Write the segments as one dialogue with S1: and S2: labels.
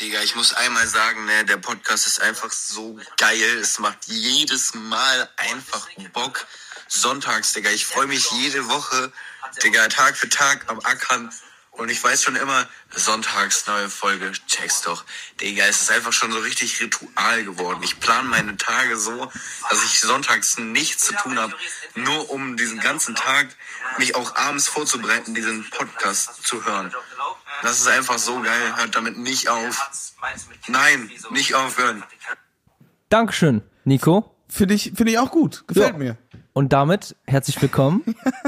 S1: Digga, ich muss einmal sagen, ne, der Podcast ist einfach so geil. Es macht jedes Mal einfach Bock. Sonntags, Digga, ich freue mich jede Woche, Digga, Tag für Tag am Ackern. Und ich weiß schon immer, sonntags neue Folge, check's doch. Digga, es ist einfach schon so richtig Ritual geworden. Ich plane meine Tage so, dass ich sonntags nichts zu tun habe, nur um diesen ganzen Tag mich auch abends vorzubereiten, diesen Podcast zu hören. Das ist einfach so geil. Hört damit nicht auf. Nein, nicht aufhören.
S2: Dankeschön, Nico.
S3: Finde ich, finde ich auch gut. Gefällt
S2: Ja.
S3: mir.
S2: Und damit herzlich willkommen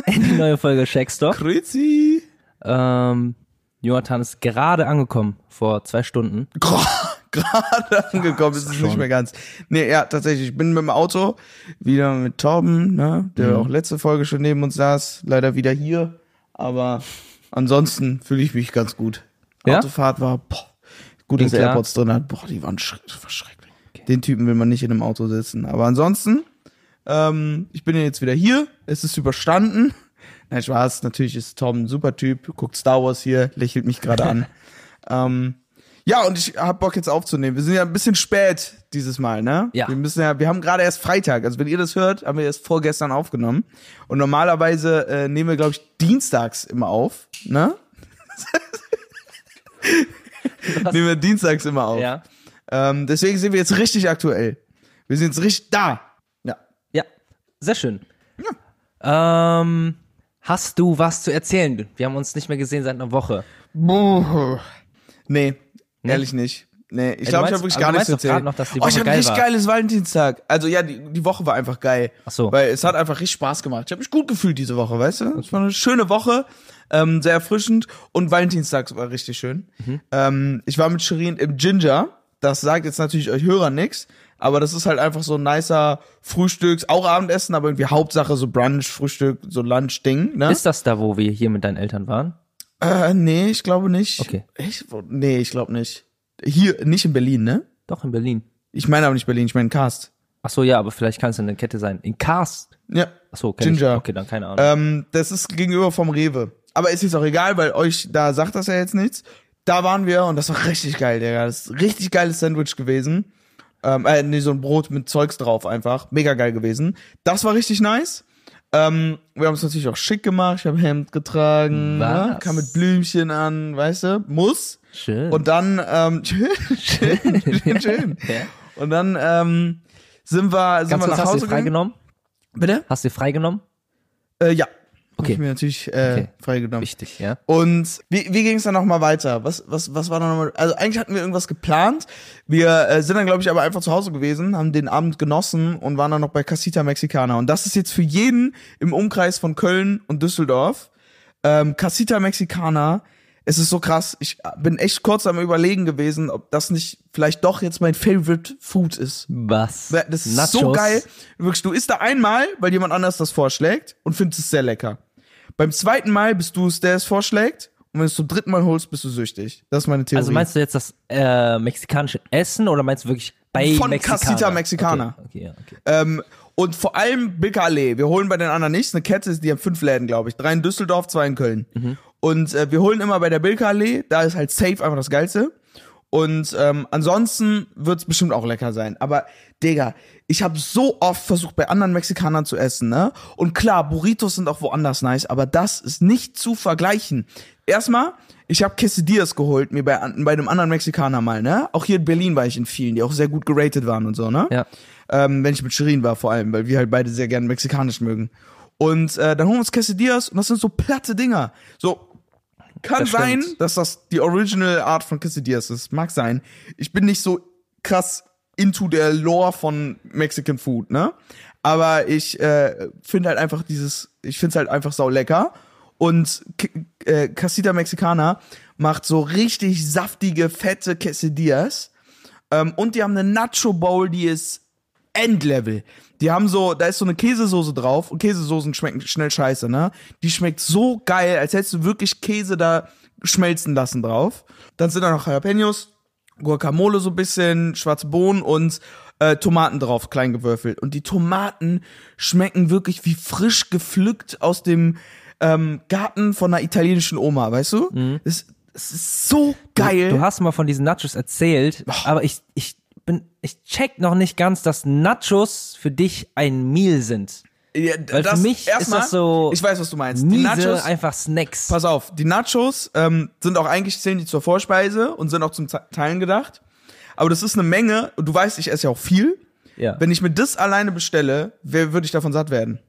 S2: in die neue Folge Checkstock.
S3: Grüezi.
S2: Ähm, Jonathan ist gerade angekommen vor zwei Stunden.
S3: Gerade angekommen ist es nicht mehr ganz. Nee, ja, tatsächlich. Ich bin mit dem Auto wieder mit Torben, ne, der auch letzte Folge schon neben uns saß. Leider wieder hier. Aber ansonsten fühle ich mich ganz gut.
S2: Ja?
S3: Autofahrt war, boah, gut, dass
S2: Ging klar.
S3: AirPods drin hat. Boah, die waren schre das war schrecklich. Den Typen will man nicht in einem Auto sitzen. Aber ansonsten, ähm, ich bin ja jetzt wieder hier. Es ist überstanden. Nein, Spaß. Natürlich ist Tom ein super Typ. Guckt Star Wars hier, lächelt mich gerade an. ähm, ja, und ich hab Bock jetzt aufzunehmen. Wir sind ja ein bisschen spät dieses Mal, ne?
S2: Ja.
S3: Wir müssen ja, wir haben gerade erst Freitag. Also wenn ihr das hört, haben wir erst vorgestern aufgenommen. Und normalerweise äh, nehmen wir, glaube ich, dienstags immer auf, ne? nehmen wir dienstags immer auf.
S2: Ja.
S3: Ähm, deswegen sind wir jetzt richtig aktuell. Wir sind jetzt richtig da. Ja.
S2: Ja, sehr schön. Ja. Ähm, hast du was zu erzählen? Wir haben uns nicht mehr gesehen seit einer Woche.
S3: Buh. Nee, ehrlich nicht. Nee, ich
S2: du
S3: glaube, ich
S2: meinst-
S3: habe wirklich
S2: also
S3: gar
S2: du meinst
S3: nichts
S2: doch
S3: erzählt.
S2: gerade noch, dass die
S3: oh, ich
S2: Woche
S3: hatte
S2: geil
S3: richtig
S2: war.
S3: geiles Valentinstag. Also ja, die, die Woche war einfach geil.
S2: Ach so.
S3: Weil es hat einfach richtig Spaß gemacht. Ich habe mich gut gefühlt diese Woche, weißt du? Es war eine schöne Woche, ähm, sehr erfrischend und Valentinstag war richtig schön.
S2: Mhm.
S3: Ähm, ich war mit Shirin im Ginger. Das sagt jetzt natürlich euch Hörer nix, aber das ist halt einfach so ein nicer Frühstücks, auch Abendessen, aber irgendwie Hauptsache so Brunch, Frühstück, so Lunch-Ding. Ne?
S2: Ist das da, wo wir hier mit deinen Eltern waren?
S3: Äh, nee, ich glaube nicht.
S2: Okay.
S3: Ich, nee, ich glaube nicht. Hier, nicht in Berlin, ne?
S2: Doch, in Berlin.
S3: Ich meine aber nicht Berlin, ich meine Karst.
S2: Ach so, ja, aber vielleicht kann es in der Kette sein. In Karst.
S3: Ja.
S2: Ach so, kenn
S3: Ginger.
S2: Ich. Okay, dann keine Ahnung.
S3: Ähm, das ist gegenüber vom Rewe. Aber ist jetzt auch egal, weil euch, da sagt das ja jetzt nichts. Da waren wir und das war richtig geil, Digga. Das ist ein richtig geiles Sandwich gewesen. Ähm, äh, nee, so ein Brot mit Zeugs drauf einfach. Mega geil gewesen. Das war richtig nice. Ähm, wir haben es natürlich auch schick gemacht. Ich habe Hemd getragen.
S2: Was?
S3: Ne? Kam mit Blümchen an, weißt du? Muss.
S2: Schön.
S3: Und dann, ähm, schön, schön, schön, schön.
S2: Ja.
S3: Und dann ähm, sind wir,
S2: Ganz
S3: sind wir
S2: kurz, hast du
S3: nach Hause
S2: dir
S3: gegangen.
S2: freigenommen?
S3: Bitte?
S2: Hast du dir freigenommen?
S3: Äh, ja.
S2: Okay.
S3: Hab ich mir natürlich äh,
S2: Okay.
S3: freigenommen.
S2: Wichtig, ja.
S3: Und wie, wie ging es dann nochmal weiter? Was, was, was war nochmal? Also eigentlich hatten wir irgendwas geplant. Wir äh, sind dann, glaube ich, aber einfach zu Hause gewesen, haben den Abend genossen und waren dann noch bei Casita Mexicana. Und das ist jetzt für jeden im Umkreis von Köln und Düsseldorf. Ähm, Casita Mexicana, es ist so krass. Ich bin echt kurz am überlegen gewesen, ob das nicht vielleicht doch jetzt mein Favorite Food ist.
S2: Was?
S3: Das ist so geil. Wirklich, du isst da einmal, weil jemand anders das vorschlägt und findest es sehr lecker. Beim zweiten Mal bist du es, der es vorschlägt. Und wenn du es zum dritten Mal holst, bist du süchtig. Das ist meine Theorie.
S2: Also meinst du jetzt das äh, mexikanische Essen oder meinst du wirklich bei
S3: Von
S2: Mexikaner?
S3: Casita Mexicana.
S2: Okay, okay, ja, okay.
S3: ähm, und vor allem Bilka Allee. Wir holen bei den anderen nichts. Eine Kette ist, die haben fünf Läden, glaube ich. Drei in Düsseldorf, zwei in Köln. Und äh, wir holen immer bei der Bilka Allee. Da ist halt safe einfach das Geilste. Und ähm, ansonsten wird's bestimmt auch lecker sein. Aber Digga, ich habe so oft versucht, bei anderen Mexikanern zu essen, ne? Und klar, Burritos sind auch woanders nice, aber das ist nicht zu vergleichen. Erstmal, ich habe Quesadillas geholt, mir bei, an- bei einem anderen Mexikaner mal, ne? Auch hier in Berlin war ich in vielen, die auch sehr gut geratet waren und so, ne?
S2: Ja.
S3: Ähm, wenn ich mit Shirin war vor allem, weil wir halt beide sehr gerne mexikanisch mögen. Und äh, dann holen wir uns Quesadillas und das sind so platte Dinger. So kann
S2: Das
S3: sein,
S2: stimmt.
S3: dass das die Original Art von Quesadillas ist. Mag sein. Ich bin nicht so krass into der Lore von Mexican Food, ne? Aber ich äh, finde halt einfach dieses, ich finde es halt einfach sau lecker. Und K äh, Casita Mexicana macht so richtig saftige, fette Quesadillas. Ähm, und die haben eine Nacho Bowl, die ist Endlevel. Die haben so, da ist so eine Käsesoße drauf und Käsesoßen schmecken schnell scheiße, ne? Die schmeckt so geil, als hättest du wirklich Käse da schmelzen lassen drauf. Dann sind da noch Jalapenos, Guacamole so ein bisschen, schwarze Bohnen und äh, Tomaten drauf, klein gewürfelt. Und die Tomaten schmecken wirklich wie frisch gepflückt aus dem ähm, Garten von einer italienischen Oma, weißt du? Das, Es ist so geil.
S2: Mhm. Du, du hast mal von diesen Nachos erzählt, aber ich, ich bin, ich check noch nicht ganz, dass Nachos für dich ein Meal sind.
S3: Ja,
S2: Weil für mich ist das so
S3: Ich weiß, was du meinst. Die
S2: Miese,
S3: Nachos,
S2: einfach Snacks.
S3: pass auf, die Nachos ähm, sind auch eigentlich zählen die zur Vorspeise und sind auch zum Ze- Teilen gedacht. Aber das ist eine Menge. Und Du weißt, ich esse ja auch viel.
S2: Ja.
S3: Wenn ich mir das alleine bestelle, wer würde ich davon satt werden?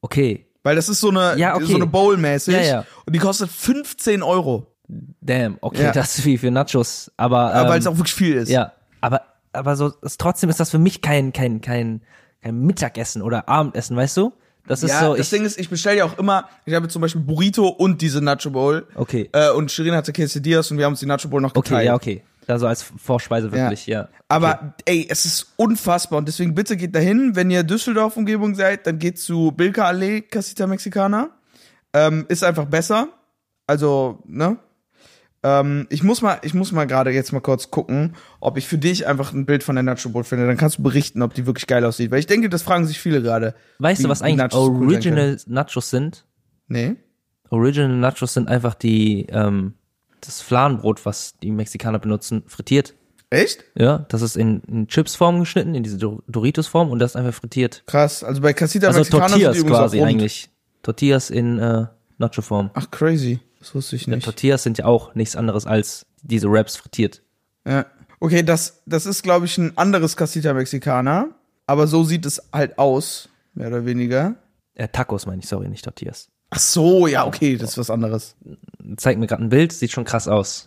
S2: Okay,
S3: Weil das ist so eine,
S2: Ja, okay.
S3: so eine Bowl-mäßig.
S2: Ja, ja.
S3: Und die kostet 15 Euro.
S2: damn, okay,
S3: Ja.
S2: das ist viel für Nachos, aber,
S3: Aber
S2: ähm,
S3: Weil es auch wirklich viel ist.
S2: ja, aber aber so ist, trotzdem ist das für mich kein kein kein kein Mittagessen oder Abendessen, weißt du? Das ist
S3: Ja,
S2: so,
S3: das
S2: ich,
S3: Ding ist, ich bestelle ja auch immer, ich habe zum Beispiel Burrito und diese Nacho Bowl.
S2: Okay.
S3: Äh, und Shirin hatte Quesadillas und wir haben uns die Nacho Bowl noch
S2: okay,
S3: geteilt.
S2: ja okay, also als Vorspeise wirklich, ja.
S3: Aber ey, es ist unfassbar und deswegen bitte geht dahin, wenn ihr Düsseldorf Umgebung seid, dann geht zu Bilka Allee Casita Mexicana. Ähm, ist einfach besser. Also, ne? Ähm, ich muss mal, ich muss mal gerade jetzt mal kurz gucken, ob ich für dich einfach ein Bild von der Nacho Bowl finde. Dann kannst du berichten, ob die wirklich geil aussieht. Weil ich denke, das fragen sich viele gerade.
S2: Weißt
S3: wie-
S2: du, was
S3: wie
S2: eigentlich
S3: Nachos cool sein können.
S2: Original Nachos sind?
S3: Nee.
S2: Original Nachos sind einfach die ähm, das Fladenbrot, was die Mexikaner benutzen, frittiert.
S3: Echt?
S2: Ja, das ist in, in Chipsform geschnitten, in diese Dor- Doritos-Form und das ist einfach frittiert.
S3: Krass. Also bei Casita
S2: Also
S3: Mexicana sind die
S2: Tortillas
S3: übrigens auch
S2: quasi
S3: rund.
S2: eigentlich. Tortillas in äh, Nacho-Form.
S3: Ach, crazy. Das wusste ich nicht.
S2: Tortillas sind ja auch nichts anderes als diese Wraps frittiert.
S3: Ja. Okay, das, das ist, glaube ich, ein anderes Casita Mexicana. Aber so sieht es halt aus, mehr oder weniger.
S2: Äh, Tacos meine ich, sorry, nicht Tortillas.
S3: Ach so, ja, okay, das ist was anderes.
S2: Zeigt mir gerade ein Bild, sieht schon krass aus.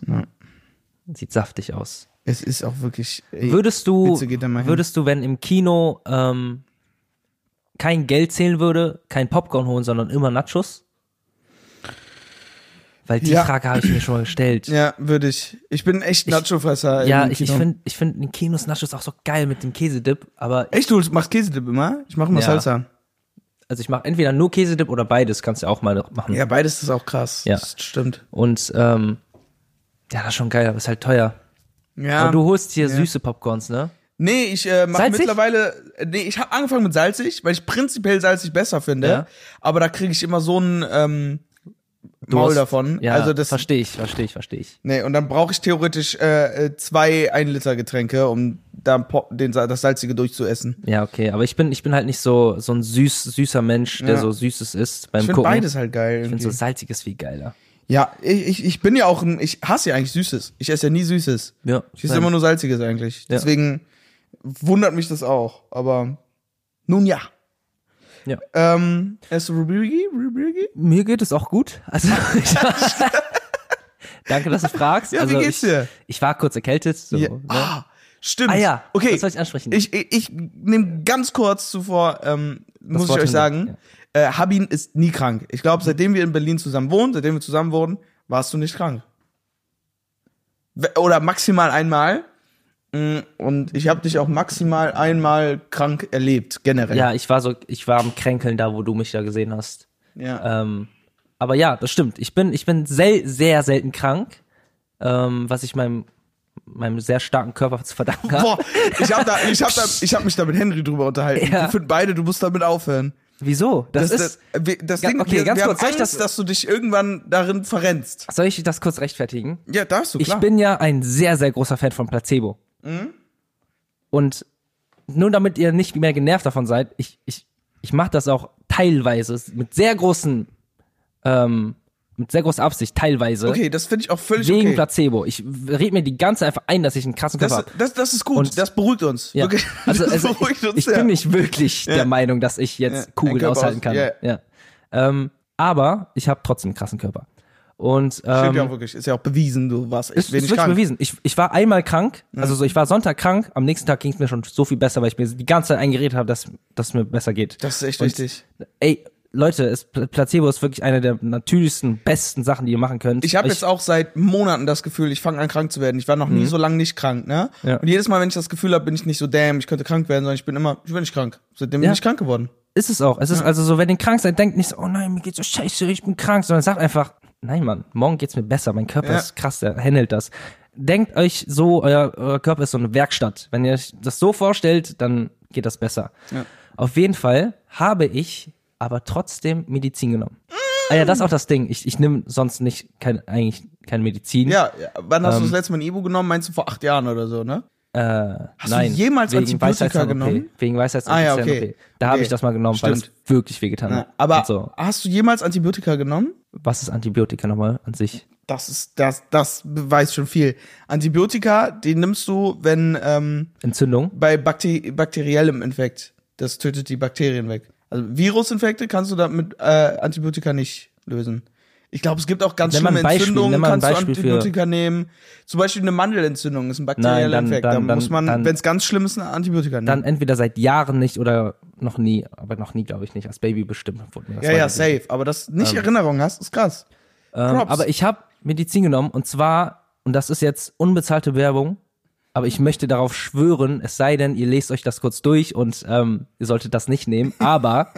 S2: Sieht saftig aus.
S3: Es ist auch wirklich. Ey,
S2: Würdest du,
S3: Witze geht da mal hin.
S2: würdest du, wenn im Kino ähm, kein Geld zählen würde, kein Popcorn holen, sondern immer Nachos? Weil die
S3: Ja.
S2: Frage habe ich mir schon mal gestellt.
S3: Ja, würde ich. Ich bin echt Nacho-Fresser.
S2: Ja,
S3: im
S2: ich, ich
S3: Kino.
S2: finde ich find in Kinos Nachos auch so geil mit dem Käsedip, aber
S3: Echt, du machst Käsedip immer? Ich mache immer
S2: Ja.
S3: Salsa.
S2: also ich mache entweder nur Käsedip oder beides, kannst du ja auch mal machen.
S3: Ja, beides ist auch krass.
S2: Hm. Ja.
S3: Das stimmt.
S2: Und ähm, ja, das ist schon geil, aber ist halt teuer.
S3: Ja.
S2: Aber du holst dir süße Popcorns, ne?
S3: Nee, ich äh, mache
S2: Salzig?
S3: mittlerweile. äh, Nee, ich habe angefangen mit salzig, weil ich prinzipiell salzig besser finde.
S2: Ja.
S3: Aber da kriege ich immer so ein ähm,
S2: Du
S3: Maul
S2: hast-
S3: davon.
S2: Ja,
S3: also das
S2: verstehe ich, verstehe ich, verstehe ich.
S3: Nee, und dann brauche ich theoretisch äh, äh, zwei 1 Liter Getränke, um da po- den, Sa- das Salzige durchzuessen.
S2: Ja, okay, aber ich bin, ich bin halt nicht so, so ein süß, süßer Mensch, der
S3: Ja.
S2: so Süßes isst beim
S3: Ich finde
S2: Gucken.
S3: beides halt geil.
S2: ich finde
S3: Irgendwie.
S2: so salziges viel geiler.
S3: ja, ich, ich, ich bin ja auch ein, ich hasse ja eigentlich Süßes. Ich esse ja nie Süßes.
S2: Ja,
S3: Ich esse immer nur Salziges eigentlich.
S2: Ja.
S3: Deswegen wundert mich das auch. Aber nun ja.
S2: Ja.
S3: Ähm, es Rubirigi? Rubirigi?
S2: Mir geht es auch gut. Also ich, Danke, dass du fragst.
S3: Ja, wie
S2: also
S3: geht's dir?
S2: Ich, ich war kurz erkältet. So,
S3: Ja.
S2: ne?
S3: Ah, stimmt.
S2: Ah ja,
S3: okay.
S2: das soll ich ansprechen.
S3: Ich, ich, ich nehme ganz kurz zuvor, ähm,
S2: Wort Mhm.
S3: muss ich euch
S2: hinweg,
S3: sagen, äh, Habin ist nie krank. Ich glaube, seitdem wir in Berlin zusammen wohnen, seitdem wir zusammen wohnen, warst du nicht krank. We- Oder maximal einmal. Mm, Und ich habe dich auch maximal einmal krank erlebt, generell.
S2: ja, ich war so, ich war am Kränkeln da, wo du mich da gesehen hast.
S3: ja.
S2: Ähm, aber ja, das stimmt. Ich bin, ich bin sel sehr selten krank, ähm, was ich meinem, meinem sehr starken Körper zu verdanken habe.
S3: Boah, ich habe da, ich hab da, ich hab mich da mit Henry drüber unterhalten.
S2: Ja.
S3: Ich finde beide, du musst damit aufhören.
S2: Wieso? Das, ist.
S3: das, wir- das
S2: Ja,
S3: Ding,
S2: okay,
S3: wir,
S2: ganz
S3: wir
S2: kurz, soll
S3: haben
S2: ich
S3: Angst,
S2: das-
S3: dass du dich irgendwann darin verrennst.
S2: soll ich das kurz rechtfertigen?
S3: Ja, darfst du, klar. Mhm.
S2: Ich bin ja ein sehr, sehr großer Fan von Placebo. Und nur damit ihr nicht mehr genervt davon seid, ich, ich, ich mache das auch teilweise mit sehr großen, ähm, mit sehr großer Absicht, teilweise.
S3: Okay, das finde ich auch völlig
S2: Wegen
S3: okay.
S2: Placebo. Ich rede mir die ganze einfach ein, dass ich einen krassen Körper
S3: Das,
S2: habe.
S3: das, das ist gut,
S2: Und-
S3: das beruhigt uns.
S2: Ja.
S3: Wirklich,
S2: Also,
S3: das
S2: also ich,
S3: beruhigt uns
S2: ich
S3: ja.
S2: bin nicht wirklich der Meinung, dass ich jetzt
S3: Ja, ein
S2: Kugeln
S3: Körper
S2: aushalten
S3: aus-
S2: kann.
S3: ja.
S2: Ja. Ähm, aber ich habe trotzdem einen krassen Körper. Und
S3: Stimmt ja
S2: ähm,
S3: auch wirklich, ist ja auch bewiesen, du warst echt
S2: ist, ist
S3: wenig
S2: wirklich
S3: krank. Mhm.
S2: bewiesen. Ich, ich war einmal krank, also so, ich war Sonntag krank, am nächsten Tag ging es mir schon so viel besser, weil ich mir die ganze Zeit eingeredet habe, dass, dass es mir besser geht.
S3: Das ist echt
S2: Und-
S3: richtig.
S2: Ey, Leute, es, Placebo ist wirklich eine der natürlichsten, besten Sachen, die ihr machen könnt.
S3: Ich habe jetzt auch seit Monaten das Gefühl, ich fange an krank zu werden. Ich war noch nie so lange nicht krank, ne?
S2: Mhm. Ja.
S3: Und jedes Mal, wenn ich das Gefühl habe, bin ich nicht so damn, ich könnte krank werden, sondern ich bin immer, ich bin nicht krank. Seitdem bin
S2: Ja.
S3: ich krank geworden.
S2: Ist es auch. Es ist also so, wenn ihr krank seid, denkt nicht so, oh nein, mir geht's so scheiße, ich bin krank, sondern sagt einfach, nein, Mann, morgen geht's mir besser, mein Körper
S3: Ja.
S2: ist krass, der handelt das. Denkt euch so, euer, euer Körper ist so eine Werkstatt. Wenn ihr euch das so vorstellt, dann geht das besser. Auf jeden Fall habe ich aber trotzdem Medizin genommen. Ah ja, das ist auch das Ding. Ich, ich nehme sonst nicht kein, eigentlich keine Medizin.
S3: Ja, ja, wann hast du
S2: Ähm.
S3: das letzte Mal ein Ibu genommen? Meinst du vor acht Jahren oder so, ne?
S2: Äh,
S3: Hast du
S2: nein.
S3: jemals Antibiotika
S2: Weisheitszahn-OP.
S3: genommen?
S2: Wegen
S3: Ah, ja,
S2: Weisheitszahn-OP.
S3: okay.
S2: Da
S3: Okay.
S2: habe ich das mal genommen, weil es
S3: Stimmt.
S2: wirklich wehgetan hat.
S3: Ja, Ne? aber
S2: Und so.
S3: hast du jemals Antibiotika genommen?
S2: Was ist Antibiotika nochmal an sich?
S3: Das ist, das, das beweist schon viel. Antibiotika, den nimmst du, wenn, ähm,
S2: Entzündung?
S3: bei bakte bakteriellem Infekt. Das tötet die Bakterien weg. Also Virusinfekte kannst du da mit äh, Antibiotika nicht lösen. Ich glaube, es gibt auch ganz
S2: Nenn mal ein
S3: schlimme
S2: Beispiel, nenn
S3: Entzündungen,
S2: mal ein
S3: kannst du
S2: Beispiel für-
S3: Antibiotika nehmen. Zum Beispiel eine Mandelentzündung ist ein bakterieller
S2: Nein, dann-
S3: Infekt.
S2: dann-
S3: da
S2: dann-
S3: muss man,
S2: dann-
S3: wenn es ganz schlimm ist, ein Antibiotika nehmen.
S2: Dann entweder seit Jahren nicht oder noch nie. Aber noch nie, glaube ich nicht. Als Baby bestimmt wurde mir das
S3: ja, ja,
S2: weitergegeben.
S3: safe. Aber dass du nicht Erinnerung hast, ist krass.
S2: Ähm,
S3: Props.
S2: aber ich habe Medizin genommen und zwar, und das ist jetzt unbezahlte Werbung, aber ich möchte darauf schwören, es sei denn, ihr lest euch das kurz durch und ähm, ihr solltet das nicht nehmen, aber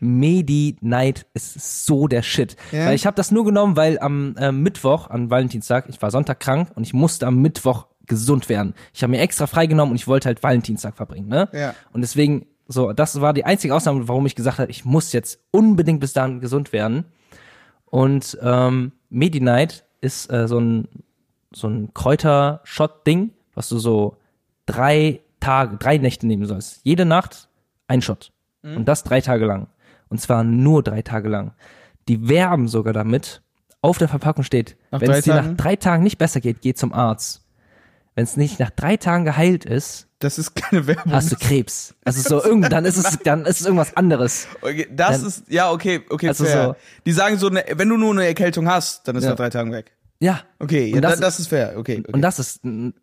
S2: Medi Night ist so der Shit.
S3: Ja.
S2: Weil ich habe das nur genommen, weil am äh, Mittwoch, an Valentinstag, ich war Sonntag krank und ich musste am Mittwoch gesund werden. Ich habe mir extra freigenommen und ich wollte halt Valentinstag verbringen, ne?
S3: Ja.
S2: Und deswegen, so, das war die einzige Ausnahme, warum ich gesagt habe, ich muss jetzt unbedingt bis dahin gesund werden. Und ähm, Medi Night ist äh, so ein, so ein Kräutershot-Ding, was du so drei Tage, drei Nächte nehmen sollst. Jede Nacht ein Shot.
S3: Mhm.
S2: Und das drei Tage lang. Und zwar nur drei Tage lang. Die werben sogar damit, auf der Verpackung steht,
S3: Nach
S2: wenn
S3: drei
S2: es dir nach
S3: Tagen?
S2: drei Tagen nicht besser geht, geh zum Arzt. Wenn es nicht nach drei Tagen geheilt ist,
S3: Das ist keine Werbung.
S2: hast du Krebs. Also so irgend, dann ist es, dann ist es irgendwas anderes.
S3: Okay, das
S2: Dann-
S3: ist, ja, okay, okay,
S2: Also
S3: fair.
S2: so-
S3: Die sagen so, ne, wenn du nur eine Erkältung hast, dann ist
S2: Ja.
S3: nach drei Tagen weg.
S2: Ja.
S3: Okay, ja,
S2: Und
S3: das,
S2: das-
S3: das ist fair. Okay, okay.
S2: Und das ist n-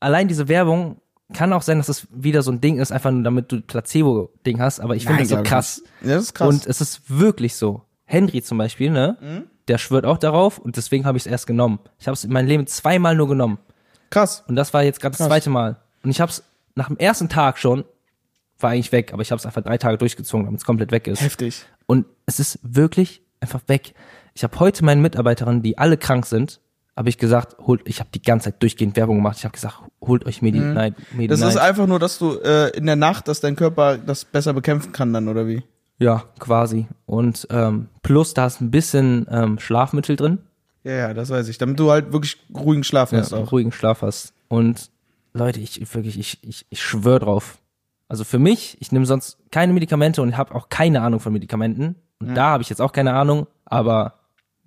S2: allein diese Werbung kann auch sein, dass es wieder so ein Ding ist, einfach nur damit du Placebo-Ding hast, aber ich finde das so
S3: glaub ich
S2: krass.
S3: nicht. Ja, das ist krass.
S2: Und es ist wirklich so. Henry zum Beispiel, ne?
S3: Mhm.
S2: Der schwört auch darauf und deswegen habe ich es erst genommen. Ich habe es in meinem Leben zweimal nur genommen.
S3: krass.
S2: Und das war jetzt gerade das
S3: Krass.
S2: zweite Mal. Und ich habe es nach dem ersten Tag schon, war eigentlich weg, aber ich habe es einfach drei Tage durchgezogen, damit es komplett weg ist.
S3: Heftig.
S2: Und es ist wirklich einfach weg. Ich habe heute meinen Mitarbeiterinnen, die alle krank sind, habe ich gesagt, holt, ich habe die ganze Zeit durchgehend Werbung gemacht. Ich habe gesagt, holt euch Medi Night. Medi
S3: Mhm. Das ist
S2: Night.
S3: einfach nur, dass du äh, in der Nacht, dass dein Körper das besser bekämpfen kann dann, oder wie?
S2: Ja, quasi. Und ähm, plus, da ist ein bisschen ähm, Schlafmittel drin,
S3: Ja, ja, das weiß ich. Damit du halt wirklich ruhigen Schlaf hast
S2: ja,
S3: auch.
S2: ruhigen Schlaf hast. Und Leute, ich wirklich, ich, ich, ich schwör drauf. Also für mich, ich nehme sonst keine Medikamente und habe auch keine Ahnung von Medikamenten. Und da habe ich jetzt auch keine Ahnung, aber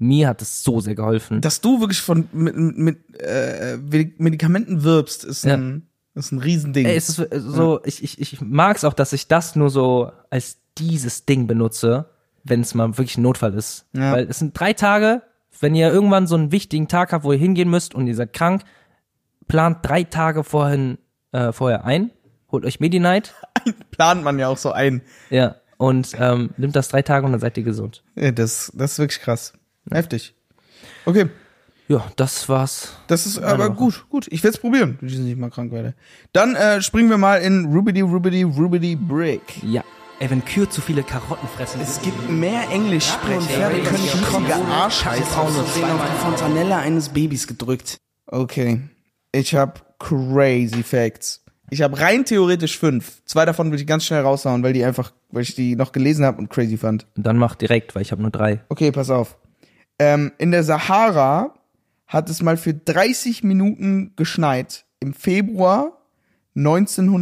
S2: mir hat es so sehr geholfen.
S3: Dass du wirklich von mit, mit äh, Medikamenten wirbst, ist
S2: Ja.
S3: ein ist ein Riesending.
S2: Ey, es ist äh, so, ich, ich, ich mag es auch, dass ich das nur so als dieses Ding benutze, wenn es mal wirklich ein Notfall ist.
S3: Ja.
S2: Weil es sind drei Tage, wenn ihr irgendwann so einen wichtigen Tag habt, wo ihr hingehen müsst und ihr seid krank, plant drei Tage vorhin, äh, vorher ein, holt euch Medi-Night,
S3: Plant man ja auch so ein.
S2: ja, und ähm, nimmt das drei Tage und dann seid ihr gesund.
S3: Ja, Äh, das, das ist wirklich krass. Heftig. Okay,
S2: Ja, das war's.
S3: das ist aber
S2: Woche.
S3: gut, gut. Ich werde es probieren, wenn ich nicht mal krank werde. Dann äh, springen wir mal in Rubidi Rubidi Rubidi Brick.
S2: Ja. Ey, wenn Kühe zu viele Karotten fressen,
S4: Es gibt mehr englischsprechende Pferde können schmutzige Arschheiß
S2: Frauen
S4: aus Versehen auf die Fontanelle eines Babys gedrückt.
S3: Okay. Ich habe crazy Facts. Ich habe rein theoretisch fünf. Zwei davon will ich ganz schnell raushauen, weil die einfach, weil ich die noch gelesen habe und crazy fand.
S2: Dann macht direkt, weil ich habe nur drei.
S3: Okay, pass auf. Ähm, in der Sahara hat es mal für 30 Minuten geschneit. Im Februar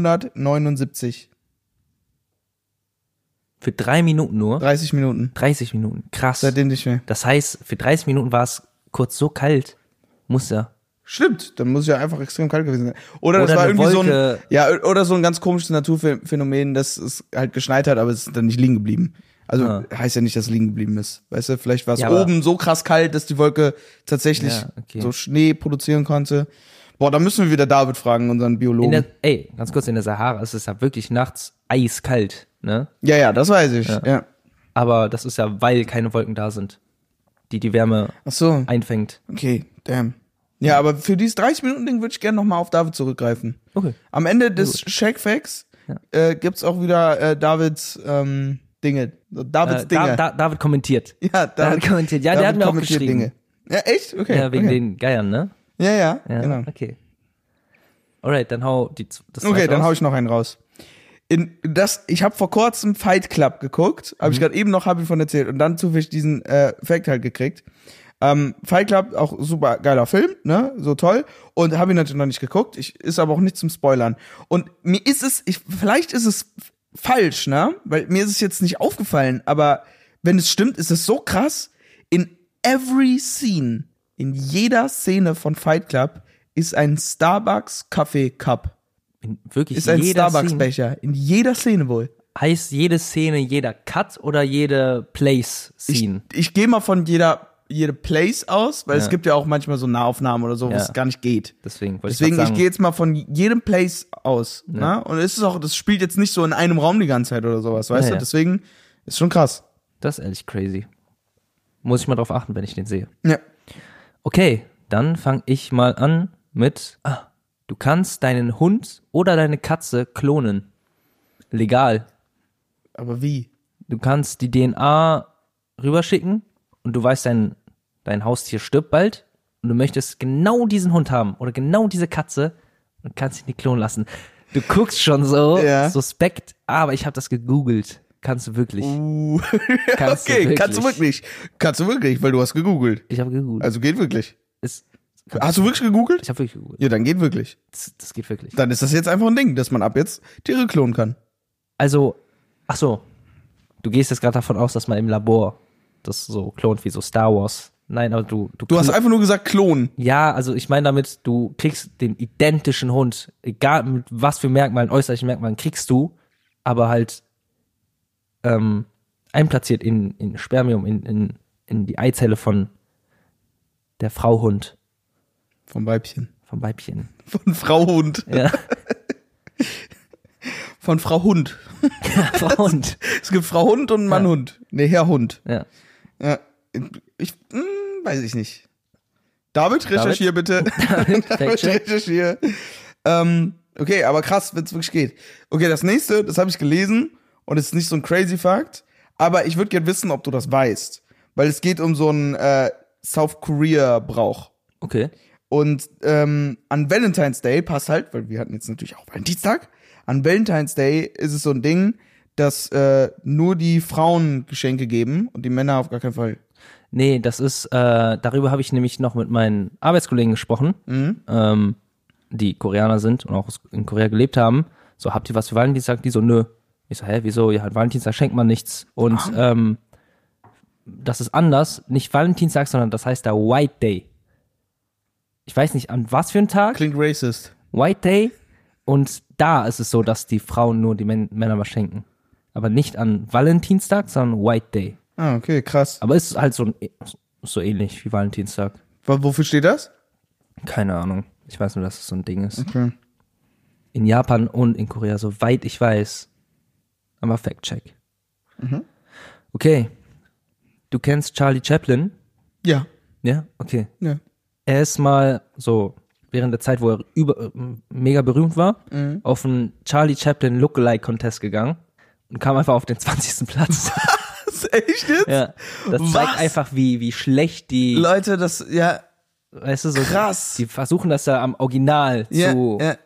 S3: 1979.
S2: Für drei Minuten nur.
S3: 30 Minuten.
S2: 30 Minuten. Krass.
S3: Seitdem nicht mehr.
S2: Das heißt, für 30 Minuten war es kurz so kalt. Muss ja.
S3: Stimmt, dann muss es ja einfach extrem kalt gewesen sein. Oder, das
S2: Oder
S3: war
S2: eine
S3: irgendwie
S2: Wolke.
S3: so ein ja oder so ein ganz komisches Naturphänomen, dass es halt geschneit hat, aber es ist dann nicht liegen geblieben. Also
S2: Ah.
S3: heißt ja nicht, dass es liegen geblieben ist. Weißt du, vielleicht war es
S2: Ja, aber-
S3: oben so krass kalt, dass die Wolke tatsächlich
S2: Ja, okay.
S3: so Schnee produzieren konnte. Boah, da müssen wir wieder David fragen, unseren
S2: In der,
S3: Biologen.
S2: ey, ganz kurz, in der Sahara ist es ja wirklich nachts eiskalt, ne?
S3: Ja, ja, das weiß ich. Ja.
S2: Aber das ist ja, weil keine Wolken da sind, die die Wärme
S3: Ach so.
S2: einfängt.
S3: Okay, damn. Ja, aber für dieses 30 Minuten Ding würde ich gerne nochmal auf David zurückgreifen.
S2: Okay.
S3: Am Ende des Shake Facts äh, gibt's auch wieder äh, Davids ähm, Dinge. Davids
S2: Äh,
S3: Dinge.
S2: da, da, David kommentiert.
S3: ja,
S2: David kommentiert. Ja, der hat mir auch
S3: kommentiert
S2: geschrieben.
S3: Ja, echt? Okay.
S2: Ja, wegen
S3: okay.
S2: den Geiern, ne?
S3: Ja, ja,
S2: Ja,
S3: genau.
S2: okay. Alright, dann hau die, z- das
S3: Okay,
S2: zweite
S3: dann
S2: raus.
S3: hau ich noch einen raus. in das ich habe vor kurzem Fight Club geguckt, habe ich gerade eben noch habe ich von erzählt und dann zufällig diesen äh, Fact halt gekriegt. Ähm, Fight Club auch super geiler Film, ne, so toll und habe ihn natürlich noch nicht geguckt. Ich ist aber auch nicht zum Spoilern. Und mir ist es, ich, vielleicht ist es f- falsch, ne, weil mir ist es jetzt nicht aufgefallen, aber wenn es stimmt, ist es so krass. In every scene, in jeder Szene von Fight Club ist ein Starbucks Kaffee Cup.
S2: In wirklich
S3: Ist ein
S2: jeder
S3: Starbucks
S2: Szene,
S3: Becher in jeder Szene wohl.
S2: heißt jede Szene, jeder Cut oder jede Place-Scene?
S3: ich gehe mal von jeder jede Place aus, weil es gibt ja auch manchmal so Nahaufnahmen oder so, wo
S2: Ja.
S3: es gar nicht geht.
S2: Deswegen wollte
S3: Deswegen,
S2: ich, grad
S3: ich
S2: sagen,
S3: gehe jetzt mal von jedem Place aus. Ne? Und es ist auch, das spielt jetzt nicht so in einem Raum die ganze Zeit oder sowas, weißt
S2: Ja,
S3: du?
S2: ja.
S3: Deswegen ist schon krass.
S2: Das ist ehrlich crazy. Muss ich mal drauf achten, wenn ich den sehe.
S3: Ja.
S2: Okay, dann fange ich mal an mit. Ah, du kannst deinen Hund oder deine Katze klonen. Legal.
S3: Aber wie?
S2: Du kannst die DNA rüberschicken und du weißt, dein, dein Haustier stirbt bald und du möchtest genau diesen Hund haben oder genau diese Katze und kannst ihn nicht klonen lassen. Du guckst schon so
S3: Ja.
S2: suspekt, aber ich habe das gegoogelt. Kannst du wirklich.
S3: Uh.
S2: Kannst du
S3: okay,
S2: wirklich.
S3: kannst du wirklich. Kannst du wirklich, weil du hast gegoogelt.
S2: Ich habe gegoogelt.
S3: Also geht wirklich.
S2: Es-
S3: Hast du wirklich gegoogelt?
S2: ich habe wirklich gegoogelt.
S3: Ja, dann geht wirklich.
S2: Das, das geht wirklich.
S3: Dann ist das jetzt einfach ein Ding, dass man ab jetzt Tiere klonen kann.
S2: Also, ach so, du gehst jetzt gerade davon aus, dass man im Labor das so klont wie so Star Wars. Nein, aber du du,
S3: Du hast einfach nur gesagt klonen.
S2: ja, also ich meine damit, du kriegst den identischen Hund, egal mit was für Merkmalen, äußerlichen Merkmalen kriegst du, aber halt ähm, einplatziert in, in Spermium, in, in, in die Eizelle von der Frau Hund,
S3: Vom Weibchen.
S2: vom Weibchen.
S3: Von Frau Hund.
S2: Ja,
S3: Von Frau Hund.
S2: Frau Hund.
S3: Es gibt Frau Hund und Mann
S2: Ja.
S3: Hund. Nee, Herr Hund.
S2: Ja.
S3: Ja. Ich hm, weiß ich nicht. David, recherchier bitte. David,
S2: Fact-check.
S3: recherchier. Ähm, okay, aber krass, wenn es wirklich geht. Okay, das nächste, das habe ich gelesen und es ist nicht so ein crazy Fact, aber ich würde gerne wissen, ob du das weißt, weil es geht um so einen äh, South Korea Brauch.
S2: Okay.
S3: Und ähm, an Valentine's Day passt halt, weil wir hatten jetzt natürlich auch Valentinstag. An Valentine's Day ist es so ein Ding, dass äh, nur die Frauen Geschenke geben und die Männer auf gar keinen Fall.
S2: Nee, das ist, äh, darüber habe ich nämlich noch mit meinen Arbeitskollegen gesprochen, ähm, die Koreaner sind und auch aus- in Korea gelebt haben. So, habt ihr was für Valentinstag? Die so, nö. Ich so, hä, wieso? Ja, an Valentinstag schenkt man nichts. Und ähm, das ist anders. Nicht Valentinstag, sondern das heißt der White Day. Ich weiß nicht, an was für einen Tag?
S3: Klingt racist.
S2: White Day. Und da ist es so, dass die Frauen nur die Män Männer was schenken. Aber nicht an Valentinstag, sondern White Day.
S3: Ah, okay, krass.
S2: Aber es ist halt so, ein, so ähnlich wie Valentinstag.
S3: W wofür steht das?
S2: Keine Ahnung. Ich weiß nur, dass es so ein Ding ist.
S3: Okay.
S2: In Japan und in Korea, soweit ich weiß. Aber Fact-Check.
S3: Mhm.
S2: Okay. Du kennst Charlie Chaplin?
S3: Ja,
S2: Ja? Okay.
S3: ja.
S2: Er ist mal so, während der Zeit, wo er über, äh, mega berühmt war,
S3: Mhm.
S2: auf einen Charlie Chaplin Lookalike-Contest gegangen und kam einfach auf den 20. Platz.
S3: Das ist echt jetzt?
S2: ja. Das zeigt
S3: Was?
S2: einfach, wie, wie schlecht die
S3: Leute, das, ja,
S2: Weißt du, so
S3: Krass.
S2: Die, die versuchen das ja am Original
S3: ja,
S2: zu,
S3: ja.